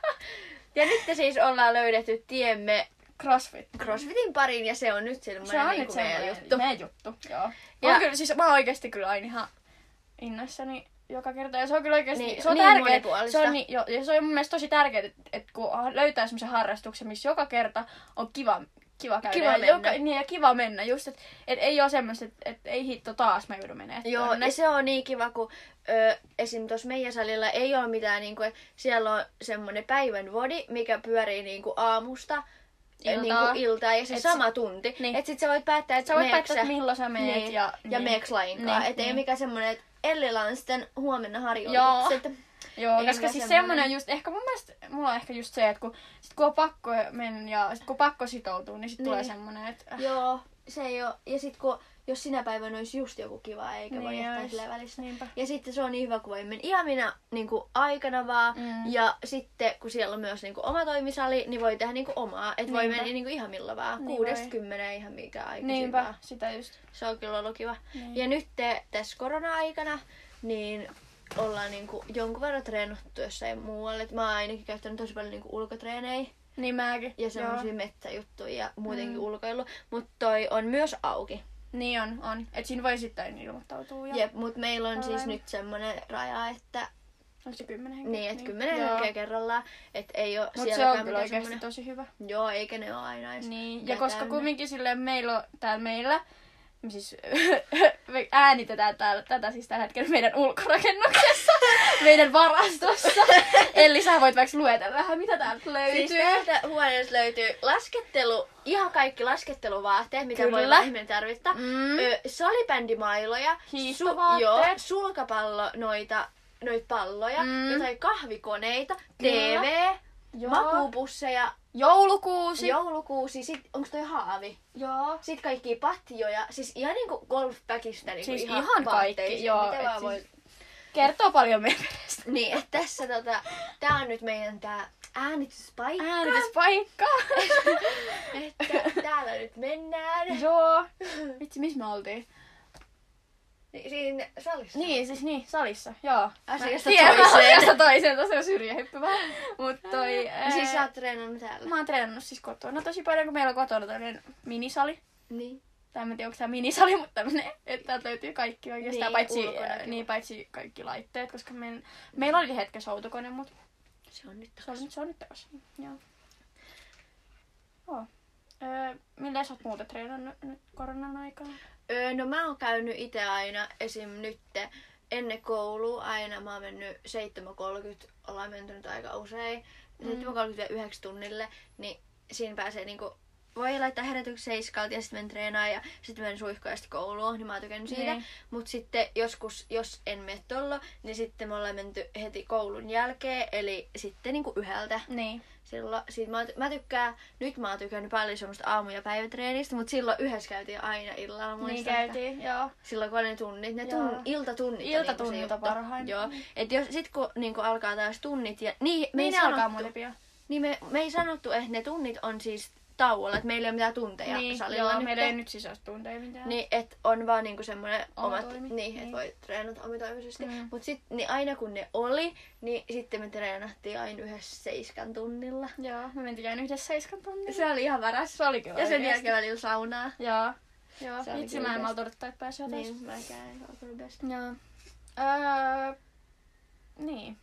S2: Ja nyt siis ollaan löydetty tiemme
S1: Crossfit.
S2: CrossFitin pariin ja se on nyt semmoinen
S1: Se on
S2: niin
S1: nyt
S2: kuin meidän
S1: semmoinen
S2: juttu.
S1: Meidän juttu, joo.
S2: Ja-
S1: Ja. On kyllä, siis mä oon oikeesti kyllä aina ihan innoissani joka kerta. Ja se on kyllä oikeesti,
S2: Niin,
S1: se on
S2: niin
S1: tärkeä.
S2: monipuolista.
S1: Se on, niin, joo, ja se on mun mielestä tosi tärkeää, että, että kun löytää semmoisen harrastuksen, missä joka kerta on kiva, kiva käydä.
S2: Kiva
S1: ja
S2: mennä.
S1: Joka, niin, ja kiva mennä. Just, että et ei ole semmoista, että et, ei hitto taas mä joudun menee.
S2: Joo, ja se on niin kiva, kun ö, esim. tuossa meidän salilla ei ole mitään, niin kuin, siellä on semmoinen päivän vodi, mikä pyörii niin kuin aamusta iltaa. Niin
S1: Iltaa.
S2: kuin iltaan ja se
S1: Et sä-
S2: sama tunti. Niin.
S1: niin.
S2: Että sit sä voit päättää, että
S1: Sä voit
S2: meneekö
S1: päättää, että milloin sä meet.
S2: niin.
S1: Ja,
S2: ja meeks lainkaan.
S1: Niin,
S2: Että ei
S1: niin.
S2: mikään semmoinen, että Ellillä on sitten huomenna harjoitukset.
S1: Joo,
S2: Ei
S1: koska siis
S2: ole semmoinen.
S1: semmoinen just, ehkä mun mielestä, mulla on ehkä just se, että kun, sit kun on pakko mennä ja sit kun on pakko sitoutua, niin sit niin. tulee
S2: Niin.
S1: semmoinen, että
S2: Joo, se ei ole. Ja sit kun, jos sinä päivänä olisi just joku kiva, eikä voi
S1: Niin
S2: jättää
S1: ois.
S2: sillä välissä.
S1: niinpä.
S2: Ja sitten se on niin hyvä, kun voi mennä ihan minä niin kuin aikana vaan.
S1: Mm.
S2: Mm. Ja sitten, kun siellä on myös niin kuin oma toimisali, niin voi tehdä niin kuin omaa. Että voi
S1: Niinpä.
S2: mennä niin kuin ihan milloin vaan.
S1: Niin voi.
S2: Kuudesta kymmeneen ihan mikä aika
S1: Niinpä, sitä just.
S2: Se on kyllä ollut kiva.
S1: Niin.
S2: Ja nyt te, tässä korona-aikana, niin ollaan niin kuin jonkun verran treenattu jossain muualle. Et mä oon ainakin käyttänyt tosi paljon niin kuin ulkotreenejä
S1: Niin mäkin.
S2: ja semmoisia
S1: Joo.
S2: metsäjuttuja ja muutenkin
S1: Mm.
S2: mm. ulkoilu. Mutta toi on myös auki.
S1: Niin on, on. Et siinä voi sitten ilmoittautua. Ja...
S2: Jep, mutta meillä on siis
S1: Online.
S2: nyt semmoinen raja, että
S1: Onko se kymmenen henkeä?
S2: niin, että kymmenen henkeä kerrallaan, että ei ole
S1: Mutta se on
S2: sielläkään
S1: kyllä
S2: mitään
S1: oikeasti
S2: semmoinen.
S1: semmoinen... tosi hyvä.
S2: Joo, eikä ne ole aina edes
S1: Niin. Ja
S2: mitään
S1: koska
S2: täynnä.
S1: kumminkin silleen meillä on täällä meillä, me siis me äänitetään täällä, tätä siis tällä hetkellä meidän ulkorakennuksessa, meidän varastossa. Eli sä voit vaikka luetella vähän, mitä täältä löytyy.
S2: Siis täältä huoneesta löytyy laskettelu, ihan kaikki lasketteluvaahteet, mitä
S1: Kyllä.
S2: voi vähemmän tarvittaa.
S1: Mm.
S2: Ö, salibändimailoja,
S1: Hiihtovaatteet.
S2: joo, sulkapallo, noita, noita palloja,
S1: Mm.
S2: mm. jotain kahvikoneita,
S1: Kyllä.
S2: TV,
S1: Joo.
S2: makuupusseja,
S1: Joulukuusi.
S2: joulukuusi, sit onks toi haavi?
S1: Joo.
S2: Sitten kaikki patjoja, siis ihan niinku golfpäkistä niinku
S1: Siis
S2: ihan,
S1: ihan kaikki,
S2: vaatteisiin,
S1: joo,
S2: Mitä
S1: et
S2: vaan
S1: siis-
S2: voi...
S1: Kertoo paljon meidän
S2: Niin, että tässä tota, tää on nyt meidän tää äänityspaikka.
S1: äänityspaikka.
S2: että täällä nyt mennään.
S1: Joo. Vitsi, missä me oltiin?
S2: Niin, Siinä salissa.
S1: Niin, siis niin, salissa, joo.
S2: Asiasta
S1: Mä tiedän,
S2: toiseen.
S1: Asiasta toiseen, tosi on syrjähyppy vähän. Mut toi...
S2: Ja siis sä
S1: ää,
S2: oot treenannut täällä.
S1: Mä oon treenannut siis kotona tosi paljon, kun meillä on kotona tämmönen minisali.
S2: Niin.
S1: Tai en mä tiedä, onko tää minisali, mutta tämmönen, että täältä löytyy kaikki oikeastaan,
S2: Niin,
S1: paitsi,
S2: ulkonakin.
S1: niin, paitsi kaikki laitteet, koska meidän, meillä oli hetkessä autokone, mutta
S2: Se on nyt
S1: se on nyt, se on nyt takaisin. Joo. Joo. Öö, millä sä oot muuta treenannut nyt koronan aikana?
S2: Öö, no mä oon käynyt itse aina, esim. nyt ennen koulua aina mä oon mennyt 7.30, ollaan menty nyt aika usein,
S1: Mm.
S2: 7.30 ja 9 tunnille, niin siinä pääsee niinku, voi laittaa herätyksen seiskalta ja sitten menen treenaan ja sitten menen suihkaista kouluun, niin mä oon tykännyt siitä.
S1: Niin.
S2: Mut sitten joskus, jos en mene tollo, niin sitten me ollaan menty heti koulun jälkeen, eli sitten niinku yhdeltä.
S1: Niin.
S2: Silloin, sit mä, mä tykkään, nyt mä oon tykännyt paljon semmoista aamu- ja päivätreenistä, mutta silloin yhdessä käytiin aina illalla muistan.
S1: Niin
S2: että
S1: käytiin, joo.
S2: Silloin kun oli ne tunnit, ne
S1: Joo.
S2: tun, iltatunnit. oli niinku
S1: Iltatunnit
S2: se
S1: on
S2: juttu.
S1: parhain.
S2: Joo. Et jos, sit kun niinku alkaa taas tunnit ja... Niin, me,
S1: Niin
S2: ei
S1: ne alkaa
S2: sanottu,
S1: muuten pian.
S2: niin me, me ei sanottu, että ne tunnit on siis tauolla, että meillä ei ole mitään tunteja
S1: Niin,
S2: salilla
S1: joo,
S2: nyt.
S1: meillä ei nyt sisäistunteja mitään.
S2: Niin, että on vaan niinku semmoinen
S1: Oma
S2: omat,
S1: toimi.
S2: niin, että
S1: Niin.
S2: voi treenata omitoimisesti.
S1: Mm.
S2: Mm. Mut sit, niin aina kun ne oli, niin sitten me treenattiin aina yhdessä seiskan tunnilla.
S1: Joo, me mentiin aina yhdessä seiskan tunnilla.
S2: Se oli ihan paras.
S1: Se oli kyllä
S2: Ja sen
S1: oikeesti.
S2: jälkeen välillä saunaa.
S1: Joo. Joo,
S2: Se oli
S1: vitsi
S2: kyllä Niin.
S1: mä en
S2: best.
S1: malta odottaa, että pääsee taas.
S2: Niin, mä käyn Alkoholibest.
S1: Joo. Öö, niin.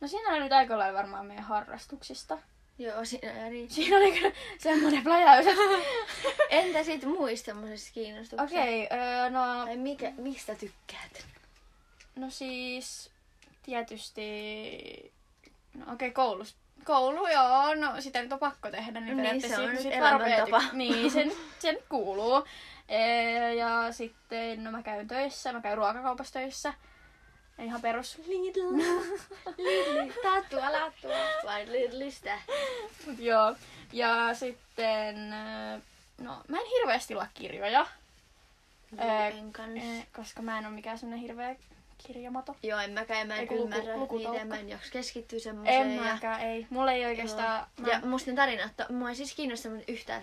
S1: No siinä oli nyt aika lailla varmaan meidän harrastuksista.
S2: Joo, siinä ei riitä.
S1: Siinä oli kyllä semmoinen pläjäys.
S2: Entä sit muista semmoisesta kiinnostuksesta?
S1: Okei, okay, öö, no,
S2: Tai mikä, mistä tykkäät?
S1: no siis tietysti... No okei, okay, koulus. Koulu, joo, no sitä nyt on pakko tehdä, niin,
S2: Niin,
S1: periaatteessa
S2: se on
S1: sit
S2: nyt
S1: varmaan
S2: elämäntapa.
S1: tyk- Niin, sen, sen kuuluu. Öö, ja sitten, no mä käyn töissä, mä käyn ruokakaupassa töissä. Ihan perus
S2: Lidl. Lidl. Tatua, latua. Vai Lidlistä.
S1: Mut joo. Ja sitten, äh, no mä en hirveästi lue kirjoja, Ää,
S2: En
S1: eh,
S2: kans.
S1: koska mä en ole mikään semmonen hirveä kirjamato.
S2: Joo, en mäkään, mä en
S1: Eiku luku-
S2: ymmärrä
S1: lukutaukko.
S2: niitä, mä en jaksa keskittyä semmoiseen.
S1: En mäkään, ei. Mulla ei
S2: Ja,
S1: oikeastaan...
S2: joo. ja musta ne tarinat, on- mua ei siis kiinnosta yhtään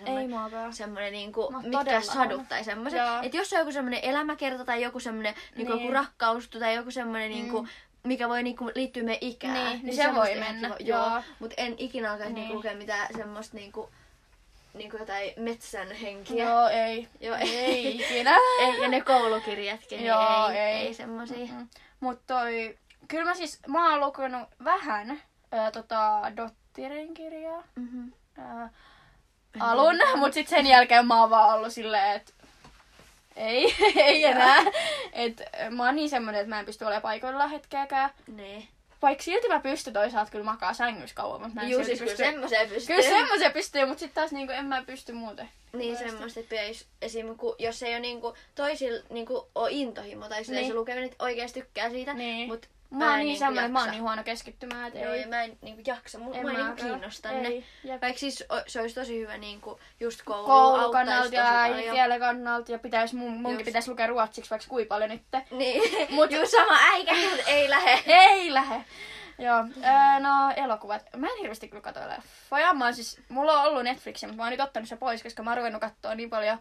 S1: mä, ei
S2: semmoinen
S1: muakaan.
S2: semmoinen niinku,
S1: No,
S2: mitkä
S1: todella
S2: sadut
S1: on.
S2: tai semmoiset.
S1: Joo.
S2: Että jos on joku semmoinen elämäkerta tai joku semmoinen niinku
S1: Niin.
S2: joku rakkaus tai joku semmoinen
S1: Mm.
S2: mm. niinku, mikä voi niinku liittyä meidän ikään.
S1: Niin, niin se voi
S2: semmoista ihan
S1: mennä,
S2: kiva-
S1: joo.
S2: joo. Mut en ikinä alkaisi
S1: Niin.
S2: niinku lukea mitään semmoista niinku, niinku jotain metsän henkiä.
S1: Joo, ei.
S2: Joo,
S1: Ei ikinä.
S2: Eikä ne koulukirjatkin, niin
S1: Joo,
S2: ei,
S1: ei.
S2: ei. semmosia.
S1: Mm. Mut toi... Kyllä mä siis, mä oon lukenut vähän ää, tota Dottirin kirjaa.
S2: Mm-hmm.
S1: Ää, alun,
S2: Niin.
S1: mut sit sen jälkeen mä oon vaan ollut silleen, että ei, ei enää. Et äh, mä oon niin semmonen, että mä en pysty olemaan paikoilla hetkeäkään.
S2: Niin.
S1: Vaikka silti mä pystyn toisaalta kyllä makaa sängyssä kauan, mutta mä en
S2: Juu,
S1: silti
S2: siis kyllä
S1: pysty.
S2: semmoiseen pystyy.
S1: Kyllä semmoisen pystyy, mutta sitten taas niinku, en mä pysty muuten.
S2: Niin
S1: Oikeasti.
S2: semmoista, että pitäis, esim. Kun, jos ei ole niinku, toisilla niinku, ole intohimo tai silleen
S1: Niin.
S2: se lukeminen, että oikeasti tykkää siitä,
S1: Niin.
S2: mutta
S1: Mä
S2: en
S1: oon niin
S2: niinku
S1: semmoinen, mä oon
S2: jaksa.
S1: niin huono keskittymään, että
S2: Joo,
S1: ei.
S2: ja mä en niinku jaksa, mulla
S1: En
S2: mä,
S1: mäkään.
S2: niinku kiinnosta ne.
S1: Ei. Jep.
S2: Vaikka siis o, se olisi tosi hyvä niinku just koulu auttaisi
S1: koulukannalta
S2: tosi
S1: ja
S2: paljon.
S1: äidinkielen kannalta ja pitäis, mun, munkin
S2: Just.
S1: pitäis lukea ruotsiksi vaikka kuinka paljon nytte.
S2: Niin,
S1: Mut-
S2: mut just sama äikä, mut ei lähe.
S1: Ei lähe. Joo, öö, no elokuvat. Mä en hirveästi kyllä katso leffoja. Mä oon siis, mulla on ollut Netflixiä, mutta mä oon nyt ottanut se pois, koska mä oon ruvennut katsoa niin paljon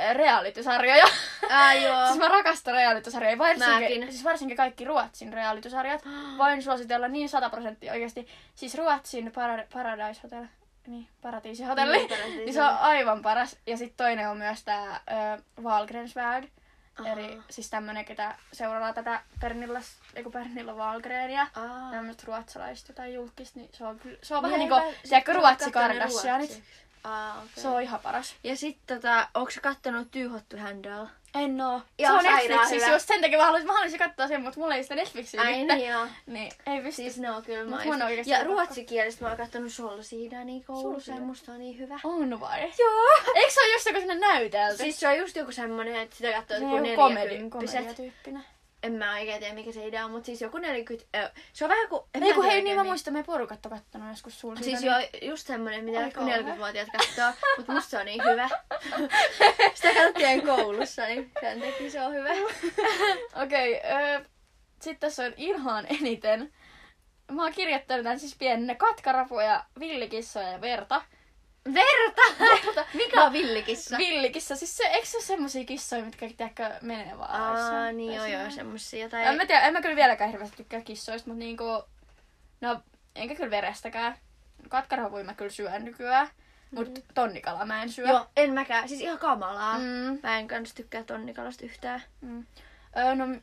S1: ö, reality-sarjoja.
S2: Ai joo.
S1: siis mä rakastan reality-sarjoja, varsinkin,
S2: Mäkin.
S1: siis varsinkin kaikki Ruotsin reality-sarjat. Voin suositella niin 100 prosenttia oikeasti. Siis Ruotsin para- Paradise Hotel, niin Paratiisi Hotelli.
S2: Niin, paratiisi
S1: niin se on aivan paras. Ja sitten toinen on myös tää ö, Wahlgrens Värld.
S2: Aha.
S1: Eli siis tämmönen, ketä seuraa tätä Pernilla, eiku Pernilla Wahlgrenia.
S2: Aa.
S1: Tämmöistä ruotsalaista jotain julkista, niin se on, kyllä, se on
S2: Mä
S1: vähän
S2: en
S1: niinku,
S2: mä-
S1: tiedätkö,
S2: mä oon
S1: ruotsi
S2: kattonut ne
S1: Kardashianit.
S2: ruotsiksi. Aa, okei.
S1: Se on ihan paras.
S2: Ja sit tota, onko sä kattonut Tyyhottu Handel?
S1: En oo. Se
S2: Ihan
S1: on
S2: sairaan
S1: Netflixissä
S2: hyvä.
S1: just sen takia, mä haluaisin, mä haluaisin katsoa sen, mutta mulla ei sitä Netflixiä nyt.
S2: niin joo.
S1: Niin, ei pysty.
S2: Siis ne on kyllä
S1: Mut
S2: maista.
S1: mun on oikeesti
S2: Ja
S1: pakko.
S2: ruotsikielistä mä oon kattonut Solsiidani koulussa ja
S1: Solsiidani.
S2: musta on niin hyvä.
S1: On vai?
S2: Joo.
S1: Eikö se ole just joku sinne näytelty?
S2: Siis se on just joku semmonen, että sitä katsoo
S1: Ne
S2: joku
S1: Niin, joku komedin,
S2: 40
S1: komediatyyppinen.
S2: En mä oikein tiedä mikä se idea on, mutta siis joku 40... ö, Se on vähän kuin... en
S1: Ei
S2: mä
S1: kun
S2: tiedä
S1: hei, niin
S2: oikein
S1: mä
S2: mi-
S1: muistan, me porukat on kattonut joskus sulla.
S2: Siis
S1: siitä,
S2: joo, just semmonen, mitä
S1: Ai
S2: joku
S1: kauhea.
S2: 40-vuotiaat katsoo, mutta musta se on niin hyvä. Sitä katsottiin koulussa, niin sen takia se on hyvä.
S1: Okei, öö, sitten tässä on ihan eniten. Mä oon kirjoittanut tän siis pienenä katkarapuja, villikissoja ja verta.
S2: Verta!
S1: Mutta
S2: Mikä on villikissa?
S1: villikissa, siis se, eikö se ole semmosia kissoja, mitkä tiedätkö, menee vaan
S2: Aa,
S1: jossain-
S2: niin joo,
S1: tai
S2: joo,
S1: siinä?
S2: semmosia.
S1: En
S2: Tai...
S1: mä tiedä, en mä kyllä vieläkään hirveästi tykkää kissoista, mutta niinku... No, enkä kyllä verestäkään. Katkarapuja mä kyllä syön nykyään, mutta tonnikala mä en syö.
S2: Joo, en mäkään. Siis ihan kamalaa.
S1: Mm.
S2: Mä en kans tykkää tonnikalasta yhtään.
S1: Mm. Öö, no, m-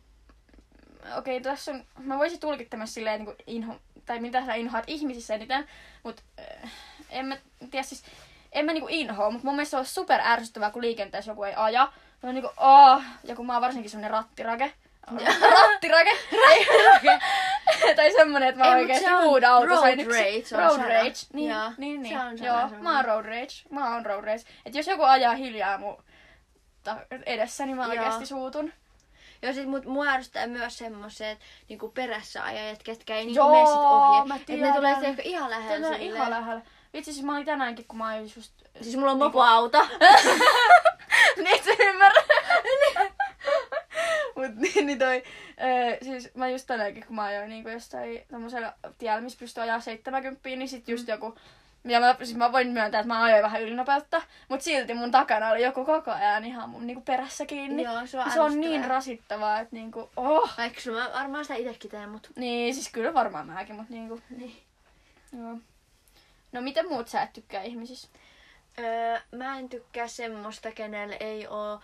S1: okei, okay, tässä on, mä voisin tulkita myös silleen, niin kuin inho, tai mitä sä inhoat ihmisissä eniten, mutta öö, en mä tiedä siis, en mä niinku inhoa, mutta mun mielestä se on super ärsyttävää, kun liikenteessä joku ei aja. Se on niinku, aah, ja kun mä oon varsinkin semmonen rattirake. rattirake? rattirake. tai semmonen, että mä
S2: Ei, mut
S1: oikeesti
S2: se on
S1: huudan autossa.
S2: road
S1: aina, kun se-
S2: rage on
S1: Road
S2: sana.
S1: rage. Niin,
S2: Joo,
S1: niin, niin.
S2: se on sana
S1: Joo, mä
S2: semmonen.
S1: oon road rage. Mä oon road rage. Et jos joku ajaa hiljaa mun ta- edessä, niin mä
S2: Joo.
S1: oikeesti suutun.
S2: Joo, sit mut mua ärsyttää myös semmoset niinku perässä ajajat, ketkä ei niinku
S1: Joo,
S2: mene sit ohi.
S1: mä
S2: Et ne tulee
S1: tiedän.
S2: sitten ihan lähellä
S1: Tänään
S2: silleen.
S1: ihan lähellä. Vitsi, siis mä olin tänäänkin, kun mä olin just...
S2: Siis mulla on
S1: Niinku-
S2: mopoauto. Niin,
S1: Nyt en ymmärrä. Mut niin, niin toi... Öö, siis mä just tänäänkin, kun mä ajoin niinku jossain tommosella tiellä, missä pystyy ajaa 70, niin sit just
S2: Mm.
S1: joku... Ja mä, siis mä voin myöntää, että mä ajoin vähän ylinopeutta, mut silti mun takana oli joku koko ajan ihan mun niinku perässä kiinni.
S2: Joo, se on
S1: se on niin
S2: ärsyttävää.
S1: rasittavaa, että niinku... Oh.
S2: Vaikka sun mä varmaan sitä itekin teen, mut...
S1: Niin, siis kyllä varmaan mäkin, mut niinku...
S2: Niin.
S1: Joo. No mitä muut sä et tykkää ihmisissä?
S2: Öö, mä en tykkää semmoista, kenellä ei oo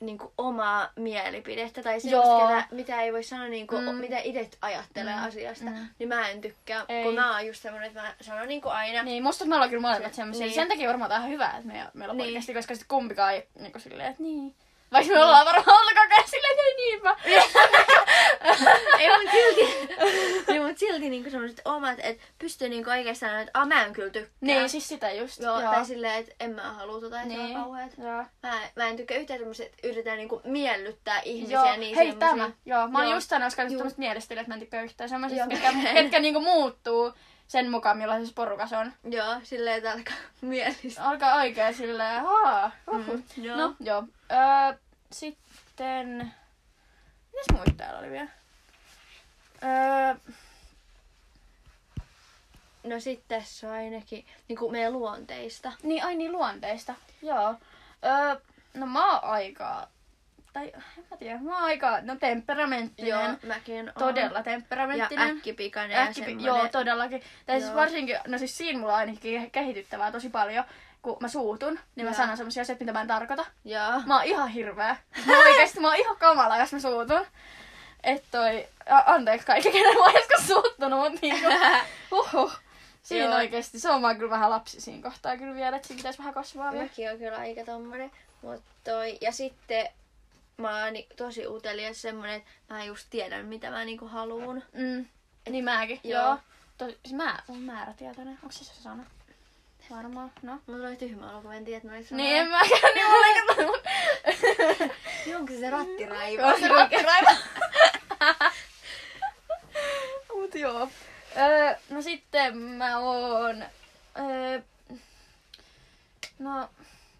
S2: niinku omaa mielipidettä tai semmoista,
S1: Joo.
S2: ketä, mitä ei voi sanoa, niinku,
S1: Mm.
S2: mm. mitä itse ajattelee mm. asiasta,
S1: Mm.
S2: mm. niin mä en tykkää,
S1: Ei.
S2: ei. kun mä oon just semmonen, että mä sanon niinku aina,
S1: Niin, musta me ollaan kyllä molemmat
S2: Se-
S1: semmoisia. Niin.
S2: niin.
S1: Sen takia varmaan tämä on hyvä, että me, meillä on niin.
S2: Niin.
S1: podcasti, koska sitten kumpikaan ei niin kuin silleen, että niin. Vaikka me ollaan varmaan ollut koko ajan silleen, että ei niin niinpä.
S2: Niin. Ei mut silti. niin, mut silti niinku semmoset omat, että pystyy niinku oikeastaan sanoa, että "Aa, mä en kyllä tykkää.
S1: niin, siis sitä just.
S2: Joo, joo. tai silleen, että en mä halua tota, että niin. se
S1: niin.
S2: on kauheat.
S1: Joo.
S2: Mä, mä en tykkää yhtään semmoset, että yritetään niinku miellyttää ihmisiä
S1: Joo,
S2: niin
S1: hei
S2: semmosia-
S1: tämä. Joo, mä oon
S2: Joo.
S1: just tänään oskaan
S2: Juu.
S1: tämmöistä mielestelyä, että mä en tykkää yhtään semmoisista,
S2: Joo.
S1: ketkä, ketkä niinku muuttuu sen mukaan, millaisessa porukassa on.
S2: Joo, silleen, että alkaa mielistä.
S1: Alkaa oikein silleen, haa, uhu.
S2: Mm, joo.
S1: No, joo. Öö, sitten... Mitäs muita täällä oli vielä? Öö,
S2: No sitten se on ainakin niinku meidän luonteista.
S1: Niin, ai niin luonteista. Joo. Öö, no mä oon aika... Tai en mä tiedä, mä oon aika no, temperamenttinen. Joo.
S2: mäkin oon.
S1: Todella
S2: Ja
S1: temperamenttinen.
S2: äkkipikainen ja,
S1: Äkki-
S2: semmonen.
S1: joo, todellakin. Tai siis
S2: Joo.
S1: varsinkin, no siis siinä mulla on ainakin ke- kehityttävää tosi paljon. Kun mä suutun, niin mä
S2: Joo.
S1: sanon semmosia asioita, mitä mä en tarkoita.
S2: Joo.
S1: Mä oon ihan hirveä. Mä oikeesti mä oon ihan kamala, jos mä suutun. Et toi, a- anteeksi kaikki, kenen mä oon joskus suuttunut, mut niinku, huhhuh. Siinä
S2: Joo.
S1: oikeesti, se on vaan kyllä vähän lapsi siinä kohtaa kyllä vielä, että siinä pitäisi vähän kasvaa vielä.
S2: Mäkin on kyllä aika tommonen. Mut toi, ja sitten mä oon ni- tosi utelias semmonen, että mä just tiedän mitä mä niinku haluun.
S1: Mm. Niin mäkin, joo.
S2: joo.
S1: joo. Tos, siis mä oon määrätietoinen. Onko se se sana? Varmaan, no.
S2: Mulla tuli tyhmä olo, kun mä en tiedä, että mä olisin
S1: Niin en mäkään, niin mulla ei
S2: Onko se se rattiraiva?
S1: Onko se rattiraiva? Joo. Öö, no sitten mä oon... Öö, no,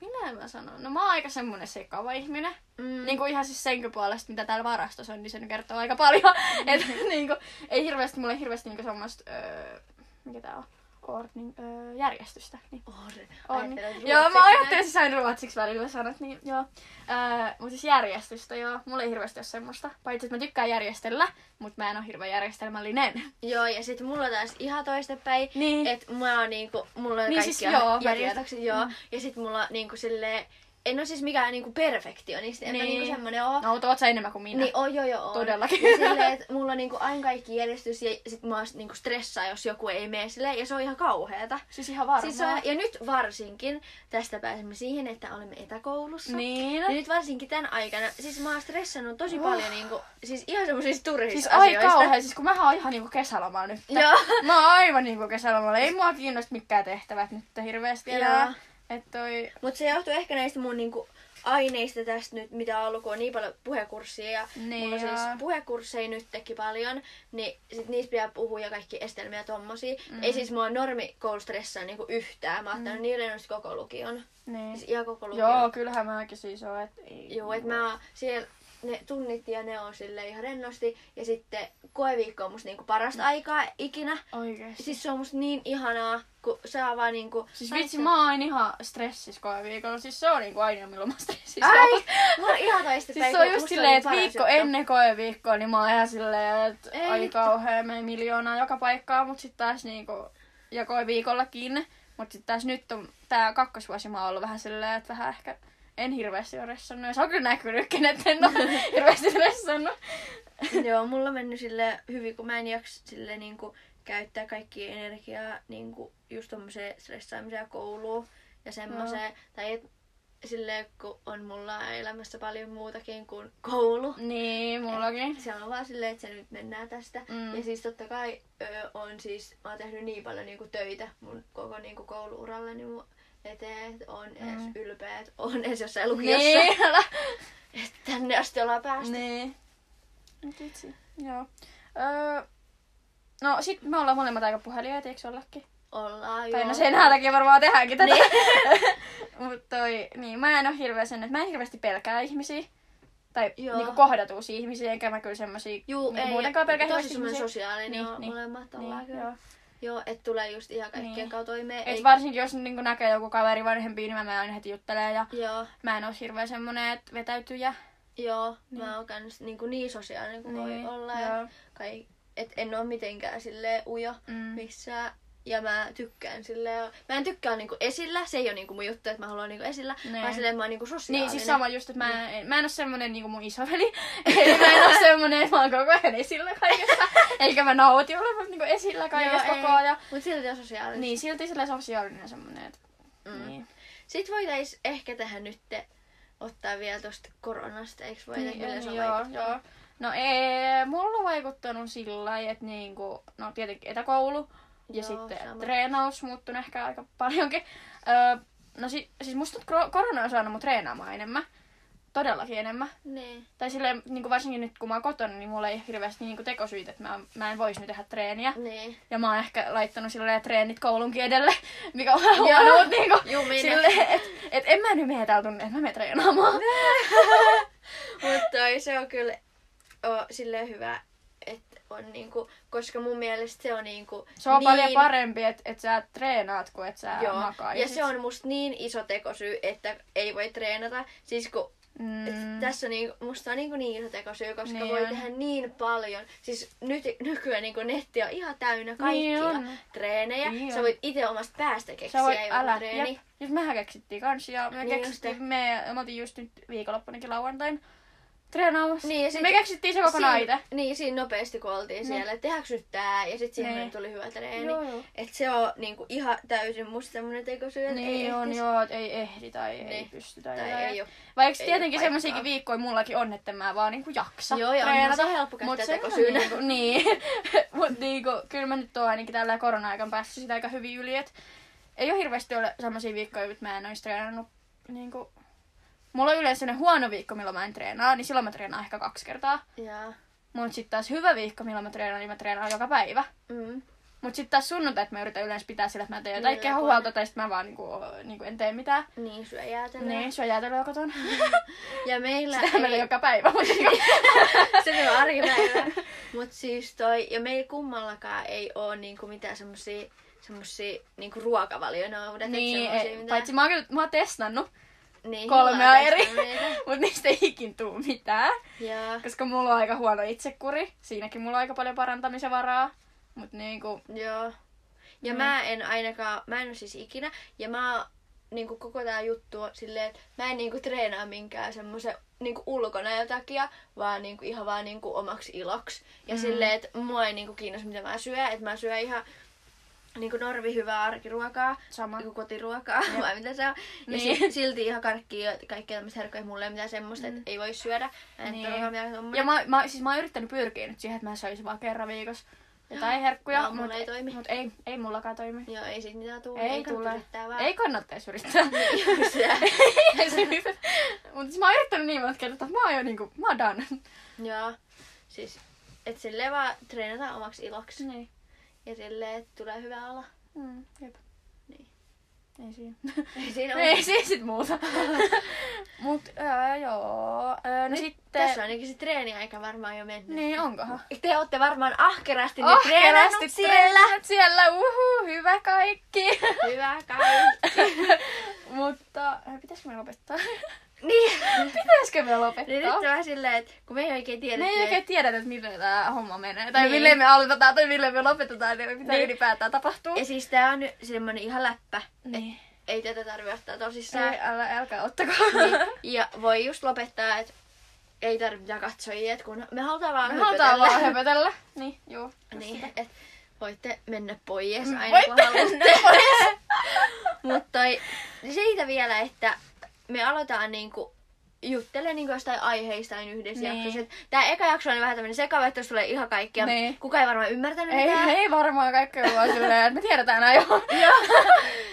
S1: minä mä sanon? No mä oon aika semmonen sekava ihminen. Mm.
S2: Mm.
S1: Niin kuin ihan siis senkin puolesta, mitä täällä varastossa on, niin se nyt kertoo aika paljon. Mm. Et, niin kuin, ei hirveästi, mulla ei hirveästi niin semmoista... Öö, mikä tää on? Ordning, öö, järjestystä. Niin.
S2: Orden.
S1: On. Joo, mä ajattelin, että sä aina ruotsiksi välillä sanot, niin joo. Öö, mut siis järjestystä, joo. Mulla ei hirveästi ole semmoista. Paitsi, että mä tykkään järjestellä, mut mä en ole hirveän järjestelmällinen.
S2: Joo, ja sitten mulla on taas ihan toistepäin.
S1: Niin.
S2: Että mä oon niinku, mulla on
S1: Niin
S2: niin
S1: siis joo,
S2: kaikki joo,
S1: mä Mm.
S2: järjestykset, joo. Ja sit mulla niinku silleen, en oo siis mikään niinku perfektionisti, niin. en mä
S1: Niin.
S2: niinku semmonen oo.
S1: No, mutta oot sä enemmän kuin minä.
S2: Niin, oo, joo, joo, on.
S1: Todellakin.
S2: Ja silleen, että mulla on niinku aina kaikki järjestys ja sit mä oon niinku stressaa, jos joku ei mene silleen. Ja se on ihan kauheeta.
S1: Siis ihan varmaan.
S2: Siis se on, ja nyt varsinkin, tästä pääsemme siihen, että olemme etäkoulussa.
S1: Niin. Oh.
S2: Ja nyt varsinkin tämän aikana, siis mä oon stressannut tosi paljon niinku, siis ihan semmosista turhista
S1: Siis ai
S2: asioista.
S1: kauhean, siis kun mähän oon ihan niinku kesälomalla nyt.
S2: Joo.
S1: Mä oon aivan niinku kesälomalla. Ei mua kiinnosta mikään tehtävät nyt hirveästi enää.
S2: Joo.
S1: Et toi...
S2: Mutta se johtuu ehkä näistä mun niinku aineista tästä nyt, mitä on ollut, kun on niin paljon puhekursseja. Ja
S1: Niin
S2: mulla on siis
S1: joo.
S2: puhekursseja nytkin paljon, niin sit niistä pitää puhua ja kaikki estelmiä ja tommosia.
S1: Mm.
S2: Ei siis mua normikoulustressaa niinku yhtään. Mä oon ottanut niin rennosti koko lukion.
S1: Niin.
S2: Siis ihan koko lukion.
S1: Joo, kyllähän mäkin siis oon. Et... ei-
S2: Joo, että mä siellä ne tunnit ja ne on sille ihan rennosti. Ja sitten koeviikko on musta niinku
S1: Mm.
S2: parasta aikaa ikinä.
S1: Oikeesti.
S2: Siis se on musta niin ihanaa, kun saa vaan niinku...
S1: Siis vitsi, mä oon ihan stressissä koko viikolla. Siis se on niinku aina, milloin mä stressissä
S2: Ai!
S1: oon.
S2: Mulla Siis on ihan toista
S1: Siis se on just
S2: niin
S1: silleen, että viikko ennen koeviikkoa, niin mä oon ihan silleen, että
S2: Ei
S1: ai
S2: vittu.
S1: kauhea, me miljoonaa joka paikkaa, mut sit taas niinku, ja koeviikollakin, mut sit taas nyt on tää kakkosvuosi mä oon ollut vähän silleen, että vähän ehkä en hirveästi ole ressannut, ja se on kyllä näkynytkin, että en ole hirveästi ressannut.
S2: Joo, mulla on mennyt sille hyvin, kun mä en jaksa sille niinku käyttää kaikkia energiaa niinku just tommoseen stressaamiseen ja kouluun ja semmoiseen. Tai et, sille kun on mulla elämässä paljon muutakin kuin koulu.
S1: Niin, mullakin.
S2: Se on vaan silleen, että se nyt mennään tästä.
S1: Mm.
S2: Mm. Ja siis totta kai ö, on siis, mä oon tehnyt niin paljon niinku töitä mun koko niinku kouluurallani mun eteen, että on edes
S1: Mm.
S2: ylpeä, että on edes jossain lukiossa.
S1: Niin, älä.
S2: Että tänne asti ollaan päästy.
S1: Niin. Mut vitsi, joo. Öö, no sit me ollaan molemmat aika puheliaita, eikö ollakin?
S2: Ollaan
S1: Tai
S2: joo. Niin.
S1: no sen jälkeen varmaan tehdäänkin tätä. Mut toi, niin mä en oo hirveä sen, että mä en hirveästi pelkää ihmisiä. Tai
S2: Joo.
S1: niinku kohdatuusia ihmisiä, enkä mä kyllä semmosia
S2: Juu,
S1: niinku
S2: ei.
S1: muutenkaan pelkää
S2: tosi
S1: hirveästi
S2: semmoinen
S1: ihmisiä.
S2: sosiaalinen,
S1: Niin,
S2: niin, joo,
S1: niin.
S2: niin, molemmat ollaan
S1: Niin,
S2: kyllä.
S1: joo.
S2: Joo. et tulee just ihan kaikkien
S1: Niin.
S2: niin. kautta toimeen.
S1: Et
S2: ei-
S1: varsinkin jos niinku näkee joku kaveri vanhempi, niin mä menen aina heti juttelemaan. Ja
S2: Joo,
S1: mä en oo hirveä semmonen, että vetäytyjä.
S2: joo. Niin. Mä oon kans niin, kuin niin sosiaalinen kuin niin,
S1: Niin,
S2: voi olla.
S1: joo.
S2: Ja kaik, et en oo mitenkään sille ujo
S1: Mm.
S2: missään. Ja mä tykkään sille Mä en tykkää olla niinku esillä. Se ei oo niinku mun juttu, että mä haluan niinku esillä.
S1: Niin.
S2: Niin. Vaan silleen mä oon niinku sosiaalinen.
S1: Niin, siis sama just, että mä
S2: Niin.
S1: en, mä en oo semmonen niinku mun isoveli. Eli mä en oo semmonen, että mä oon koko ajan esillä kaikessa. Eikä mä nauti olemassa niinku esillä kaikessa
S2: Joo,
S1: koko
S2: ei.
S1: ajan.
S2: Mut silti on sosiaalinen.
S1: Niin, silti sille sosiaalinen semmonen, että... Mm. Niin.
S2: Sit voitais ehkä tähän nyt ottaa vielä tosta koronasta, eiks voida
S1: Niin,
S2: millä se
S1: niin,
S2: on
S1: joo,
S2: vaikuttanut?
S1: joo. No ei, mulla on vaikuttanut sillä lailla, että niinku, no tietenkin etäkoulu ja
S2: Joo,
S1: sitten
S2: sama.
S1: treenaus muuttunut ehkä aika paljonkin. Öö, no si- siis musta tuntuu, että kro- korona on saanut mut treenaamaan enemmän. Todellakin enemmän.
S2: Niin.
S1: Tai silleen, niinku varsinkin nyt kun mä oon kotona, niin mulla ei ole hirveästi niinku tekosyitä, että mä, mä en voisi nyt tehdä treeniä.
S2: Niin.
S1: Ja mä oon ehkä laittanut silleen treenit koulunkin edelle, mikä on vähän huono, mutta niinku
S2: Juu, minä.
S1: silleen, et, et en mä nyt mene täällä tunne, että mä menen treenaamaan.
S2: Mutta toi, se on kyllä o, silleen hyvä, että on niinku, koska mun mielestä se on niinku
S1: Se on
S2: niin,
S1: niin. paljon parempi, että et sä treenaat, kuin että sä
S2: Joo,
S1: makaisit.
S2: ja se on musta niin iso tekosyy, että ei voi treenata. Siis kun
S1: Mm,
S2: Mm. Tässä on niin, musta on niin, kuin niin iso tekosyy, koska
S1: Niin
S2: niin voi
S1: on.
S2: on. tehdä niin paljon. Siis nyt, nykyään niin kuin netti on ihan täynnä kaikkia
S1: Niin on.
S2: treenejä.
S1: Niin
S2: Sä
S1: on.
S2: voit itse omasta päästä
S1: sä
S2: keksiä
S1: voit,
S2: joku
S1: älä,
S2: treeni.
S1: jep. Siis mehän keksittiin kans ja me
S2: Niin
S1: keksittiin,
S2: just.
S1: me, me oltiin just nyt viikonloppunakin lauantain treenaamassa.
S2: Niin, ja sit-
S1: me keksittiin se kokonaan
S2: Siinä-
S1: itse.
S2: Niin, siinä nopeasti kun oltiin
S1: Niin.
S2: niin. siellä, että tehdäänkö nyt tää, ja sitten siihen
S1: Niin.
S2: niin. tuli hyvä treeni.
S1: Joo, joo.
S2: Et se on niinku ihan täysin musta semmonen tekosyy, että ei
S1: Niin on
S2: ehtis-
S1: joo, et ei ehdi tai ei
S2: Niin.
S1: pysty tai,
S2: Tai
S1: jotain.
S2: ei oo-
S1: Vaikka
S2: ei oo
S1: tietenkin
S2: paikkaa.
S1: semmoisiakin viikkoja mullakin on, että mä vaan niinku jaksa
S2: Joo, ja onhan se helppo
S1: Mut
S2: käyttää
S1: se on
S2: tekosyynä.
S1: Niinku, niin, mutta niinku, kyllä mä nyt oon ainakin tällä korona-aikan päässyt sitä aika hyvin yli. Et ei ole hirveästi ole semmoisia viikkoja, että mä en olisi treenannut. Niinku. Mulla on yleensä sellainen huono viikko, milloin mä en treenaa, niin silloin mä treenaan ehkä kaksi kertaa.
S2: Jaa.
S1: Mut sit taas hyvä viikko, milloin mä treenaan, niin mä treenaan joka päivä.
S2: Mm.
S1: Mut sit taas sunnuntai, että mä yritän yleensä pitää sillä, että mä teen jotain
S2: Niin, jotain.
S1: kehohuolta tai sit mä vaan niinku, niinku en tee mitään.
S2: Niin, syö jäätelöä.
S1: Niin, syö jäätelöä kotona.
S2: Niin. Ja meillä
S1: Sitä meillä joka päivä, mutta niinku,
S2: se on arkipäivä. Mut siis toi, ja meillä kummallakaan ei oo niinku mitään semmosia, semmosia niinku ruokavalionoudet.
S1: niin, ei, paitsi mä oon, kyllä, mä oon testannut,
S2: niin,
S1: kolmea
S2: hyvä,
S1: eri.
S2: tässä on niitä.
S1: mut niistä ei ikin tuu mitään.
S2: Joo,
S1: Koska mulla on aika huono itsekuri. Siinäkin mulla on aika paljon parantamisen varaa. Mut niinku,
S2: joo. Ja
S1: Mm.
S2: mä en ainakaan, mä en oo siis ikinä, ja mä niinku koko tää juttu on silleen, että mä en niinku treenaa minkään semmoisen niinku ulkona jo takia, vaan niinku ihan vaan niinku omaksi iloksi. Ja
S1: Mm.
S2: silleen, että mua ei niinku kiinnosta mitä mä syön, että mä syön ihan niinku normi hyvää arkiruokaa.
S1: sama.
S2: joku kotiruokaa vai mitä se on. Ja
S1: Niin.
S2: si- silti ihan karkkia ja kaikkea tämmöistä herkkoja. Mulla ei ole mitään semmoista, että ei voi syödä. Mä en
S1: Mm. Niin.
S2: niin. todellakaan mitään tommonen.
S1: Ja mä, mä, siis mä oon yrittänyt pyrkiä nyt siihen, että mä söisin vaan kerran viikossa jotain herkkuja.
S2: Joo, mulla
S1: mut-
S2: ei toimi.
S1: Mut ei, ei mullakaan toimi.
S2: Joo, ei sit mitään tule.
S1: Ei
S2: kannata
S1: tule.
S2: yrittää vaan.
S1: Ei kannattaisi yrittää.
S2: Sitä.
S1: Ei se mitään. Mut siis mä oon yrittänyt niin monta kertaa, että mä oon jo niinku, mä oon done.
S2: Joo. Siis, et silleen vaan treenataan omaksi iloksi.
S1: Niin.
S2: Ja silleen, että tulee hyvä olla.
S1: Mm, jep.
S2: Niin.
S1: Ei siinä.
S2: Ei siinä ole.
S1: Ei siinä sit muuta. Mut öö, joo. Öö, no
S2: Nyt
S1: sitten...
S2: Tässä on ainakin se treeniaika varmaan jo mennyt.
S1: Niin, onkohan?
S2: Te olette varmaan ahkerasti nyt
S1: Ahkerasti
S2: treenannut siellä.
S1: treenannut siellä, uhu, hyvä kaikki.
S2: Hyvä kai.
S1: Mutta äh, pitäisikö me lopettaa?
S2: Niin.
S1: pitäisikö me
S2: Niin nyt
S1: lopettaa?
S2: on vähän silleen, että kun me ei oikein tiedä.
S1: Me ei
S2: että-
S1: oikein tiedetä, että miten tämä homma menee. Tai
S2: Niin.
S1: mille me aloitetaan tai mille me lopetetaan ja mitä
S2: Niin.
S1: ylipäätään tapahtuu.
S2: Ja siis tää on nyt semmonen ihan läppä.
S1: Niin.
S2: Ei tätä tarvi ottaa tosissaan.
S1: Ei, älä, älkää ottako.
S2: Niin. Ja voi just lopettaa, että ei tarvi mitään katsojia, että kun me halutaan vaan
S1: Me halutaan vaan höpötellä. Niin, joo.
S2: Niin, et voitte mennä pois aina
S1: Voitte
S2: kun haluatte. Mutta siitä vielä, että me aloitetaan niinku juttelemaan niinku jostain aiheista aina yhdessä
S1: Niin.
S2: jaksossa. Et Tää eka jakso oli vähän tämmönen sekava, että jos tulee ihan kaikkia.
S1: Niin.
S2: Kuka ei varmaan ymmärtänyt
S1: Ei,
S2: mitään.
S1: ei varmaan kaikki on vaan silleen, että me tiedetään nämä jo.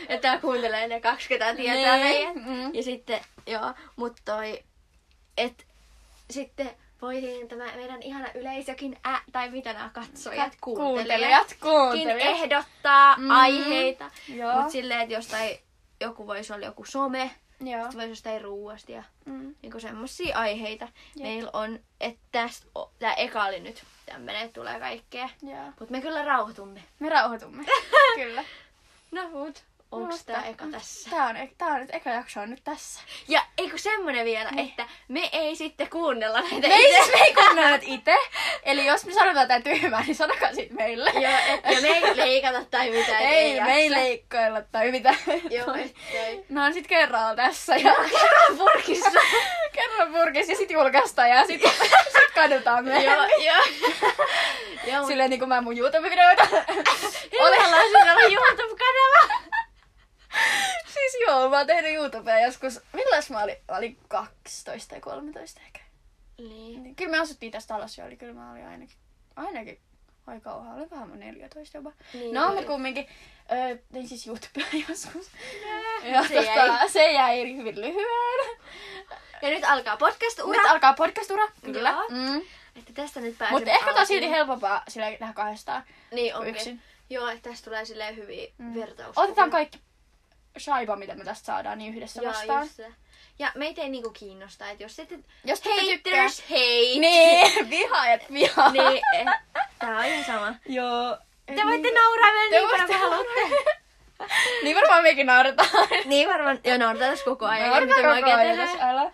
S2: Että tää kuuntelee ne kaksi, ketä tietää meidät.
S1: Mm.
S2: Ja sitten, joo, mut toi, et sitten niin, voitiin tämä meidän ihana yleisökin, ä, tai mitä nämä katsojat, kuuntelijat,
S1: Kuuntelijat, kuuntelijat.
S2: ehdottaa
S1: Mm.
S2: mm. aiheita.
S1: Joo.
S2: Mut silleen, että jostain joku voisi olla joku some,
S1: Joo.
S2: sit voisi jostain ruuasta ja
S1: Mm.
S2: niinku semmosia aiheita. Meillä on, että tästä, o- tää eka oli nyt tämmönen, että tulee kaikkea.
S1: Joo.
S2: Mut me kyllä rauhoitumme.
S1: Me rauhoitumme. Kyllä.
S2: No mut, onks
S1: Mut Mm.
S2: tää
S1: tää-
S2: eka tässä?
S1: Tää on, e- tää on nyt, eka jakso on nyt tässä.
S2: Ja eikö semmonen vielä, että me ei sitten kuunnella näitä
S1: Me ei, siis me ei kuunnella itse. Eli jos me sanotaan jotain tyhmää, niin sanokaa sit meille.
S2: Joo, et, ja me ei leikata tai mitään. et
S1: ei,
S2: jaksa.
S1: me ei leikkoilla tai mitä.
S2: Joo, et ei.
S1: No sit kerralla tässä ja
S2: Kerran purkissa.
S1: kerran purkis ja sit julkaistaan ja sit, sit kadutaan me.
S2: joo, joo. joo,
S1: Silleen niinku mä mun YouTube-videoita.
S2: Olehan sinulla YouTube-kanava.
S1: siis joo, mä oon tehnyt YouTubea joskus. Milläs mä olin? Mä olin 12 tai 13 ehkä.
S2: Niin.
S1: Niin, Kyllä me asuttiin tässä talossa, eli kyllä mä olin ainakin, ainakin ai kauan, olikohan mun 14 jopa.
S2: Niin
S1: no, mä
S2: oli.
S1: kumminkin öö, tein siis YouTubea joskus. Ja se,
S2: Se
S1: tota, jäi.
S2: jäi.
S1: se jäi hyvin lyhyen.
S2: Ja nyt alkaa podcast-ura.
S1: Nyt alkaa podcast-ura, kyllä.
S2: Joo.
S1: Mm.
S2: Että tästä nyt pääsemme
S1: Mutta ehkä tää on
S2: alkuun.
S1: silti helpompaa sillä tehdä kahdestaan
S2: Niin,
S1: kuin
S2: onkin.
S1: yksin.
S2: Joo, että tästä tulee silleen hyviä mm. vertauskuvia.
S1: Otetaan kaikki shaiba, mitä me tästä saadaan, niin yhdessä
S2: Joo,
S1: vastaan.
S2: just se. Ja meitä ei niinku kiinnosta, että jos ette...
S1: Jos te tykkää.
S2: Haters hate.
S1: Niin, vihaajat vihaa.
S2: niin eh, tää on ihan sama.
S1: Joo. Niin.
S2: Te voitte nauraa meille
S1: Te
S2: niin paljon
S1: voitte
S2: kuin haluatte.
S1: Niin varmaan mekin nauretaan.
S2: Niin varmaan, ja nauretaan tässä koko ajan.
S1: Nauretaan
S2: mitä me
S1: koko
S2: oikein No,
S1: ajan
S2: tehdään.
S1: tässä, älä.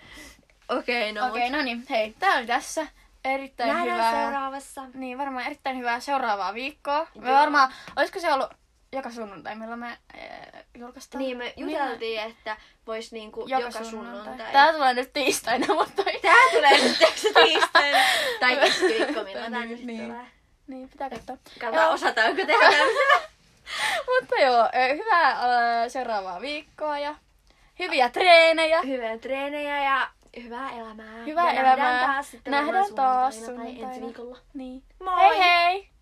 S2: Okei, no
S1: Okei, no niin, hei, tää oli tässä. Erittäin
S2: Nähdään
S1: hyvää.
S2: seuraavassa.
S1: Niin, varmaan erittäin hyvää seuraavaa viikkoa. Me
S2: Joo.
S1: varmaan, olisiko se ollut joka sunnuntai, milloin me äh, julkaistaan?
S2: Niin, me juteltiin, että vois niinku
S1: Niin,
S2: joka, joka sunnuntai.
S1: Tää tulee nyt tiistaina, mutta...
S2: Tää tulee nyt tässä tiistaina. tai keskiviikko,
S1: Tai
S2: milloin tää nyt
S1: niin, niin.
S2: niin. tulee.
S1: Niin, pitää katsoa.
S2: Katsotaan, osataanko tehdä tämmöistä.
S1: Mutta joo, ö, hyvää ö, seuraavaa viikkoa ja hyviä treenejä.
S2: Hyvää treenejä ja hyvää elämää.
S1: Hyvää
S2: ja
S1: elämää.
S2: Nähdään taas sitten
S1: Nähdään
S2: varmaan
S1: taas
S2: sunnuntaina tai ensi
S1: sunnuntaina.
S2: viikolla.
S1: Niin.
S2: Moi!
S1: Hei hei!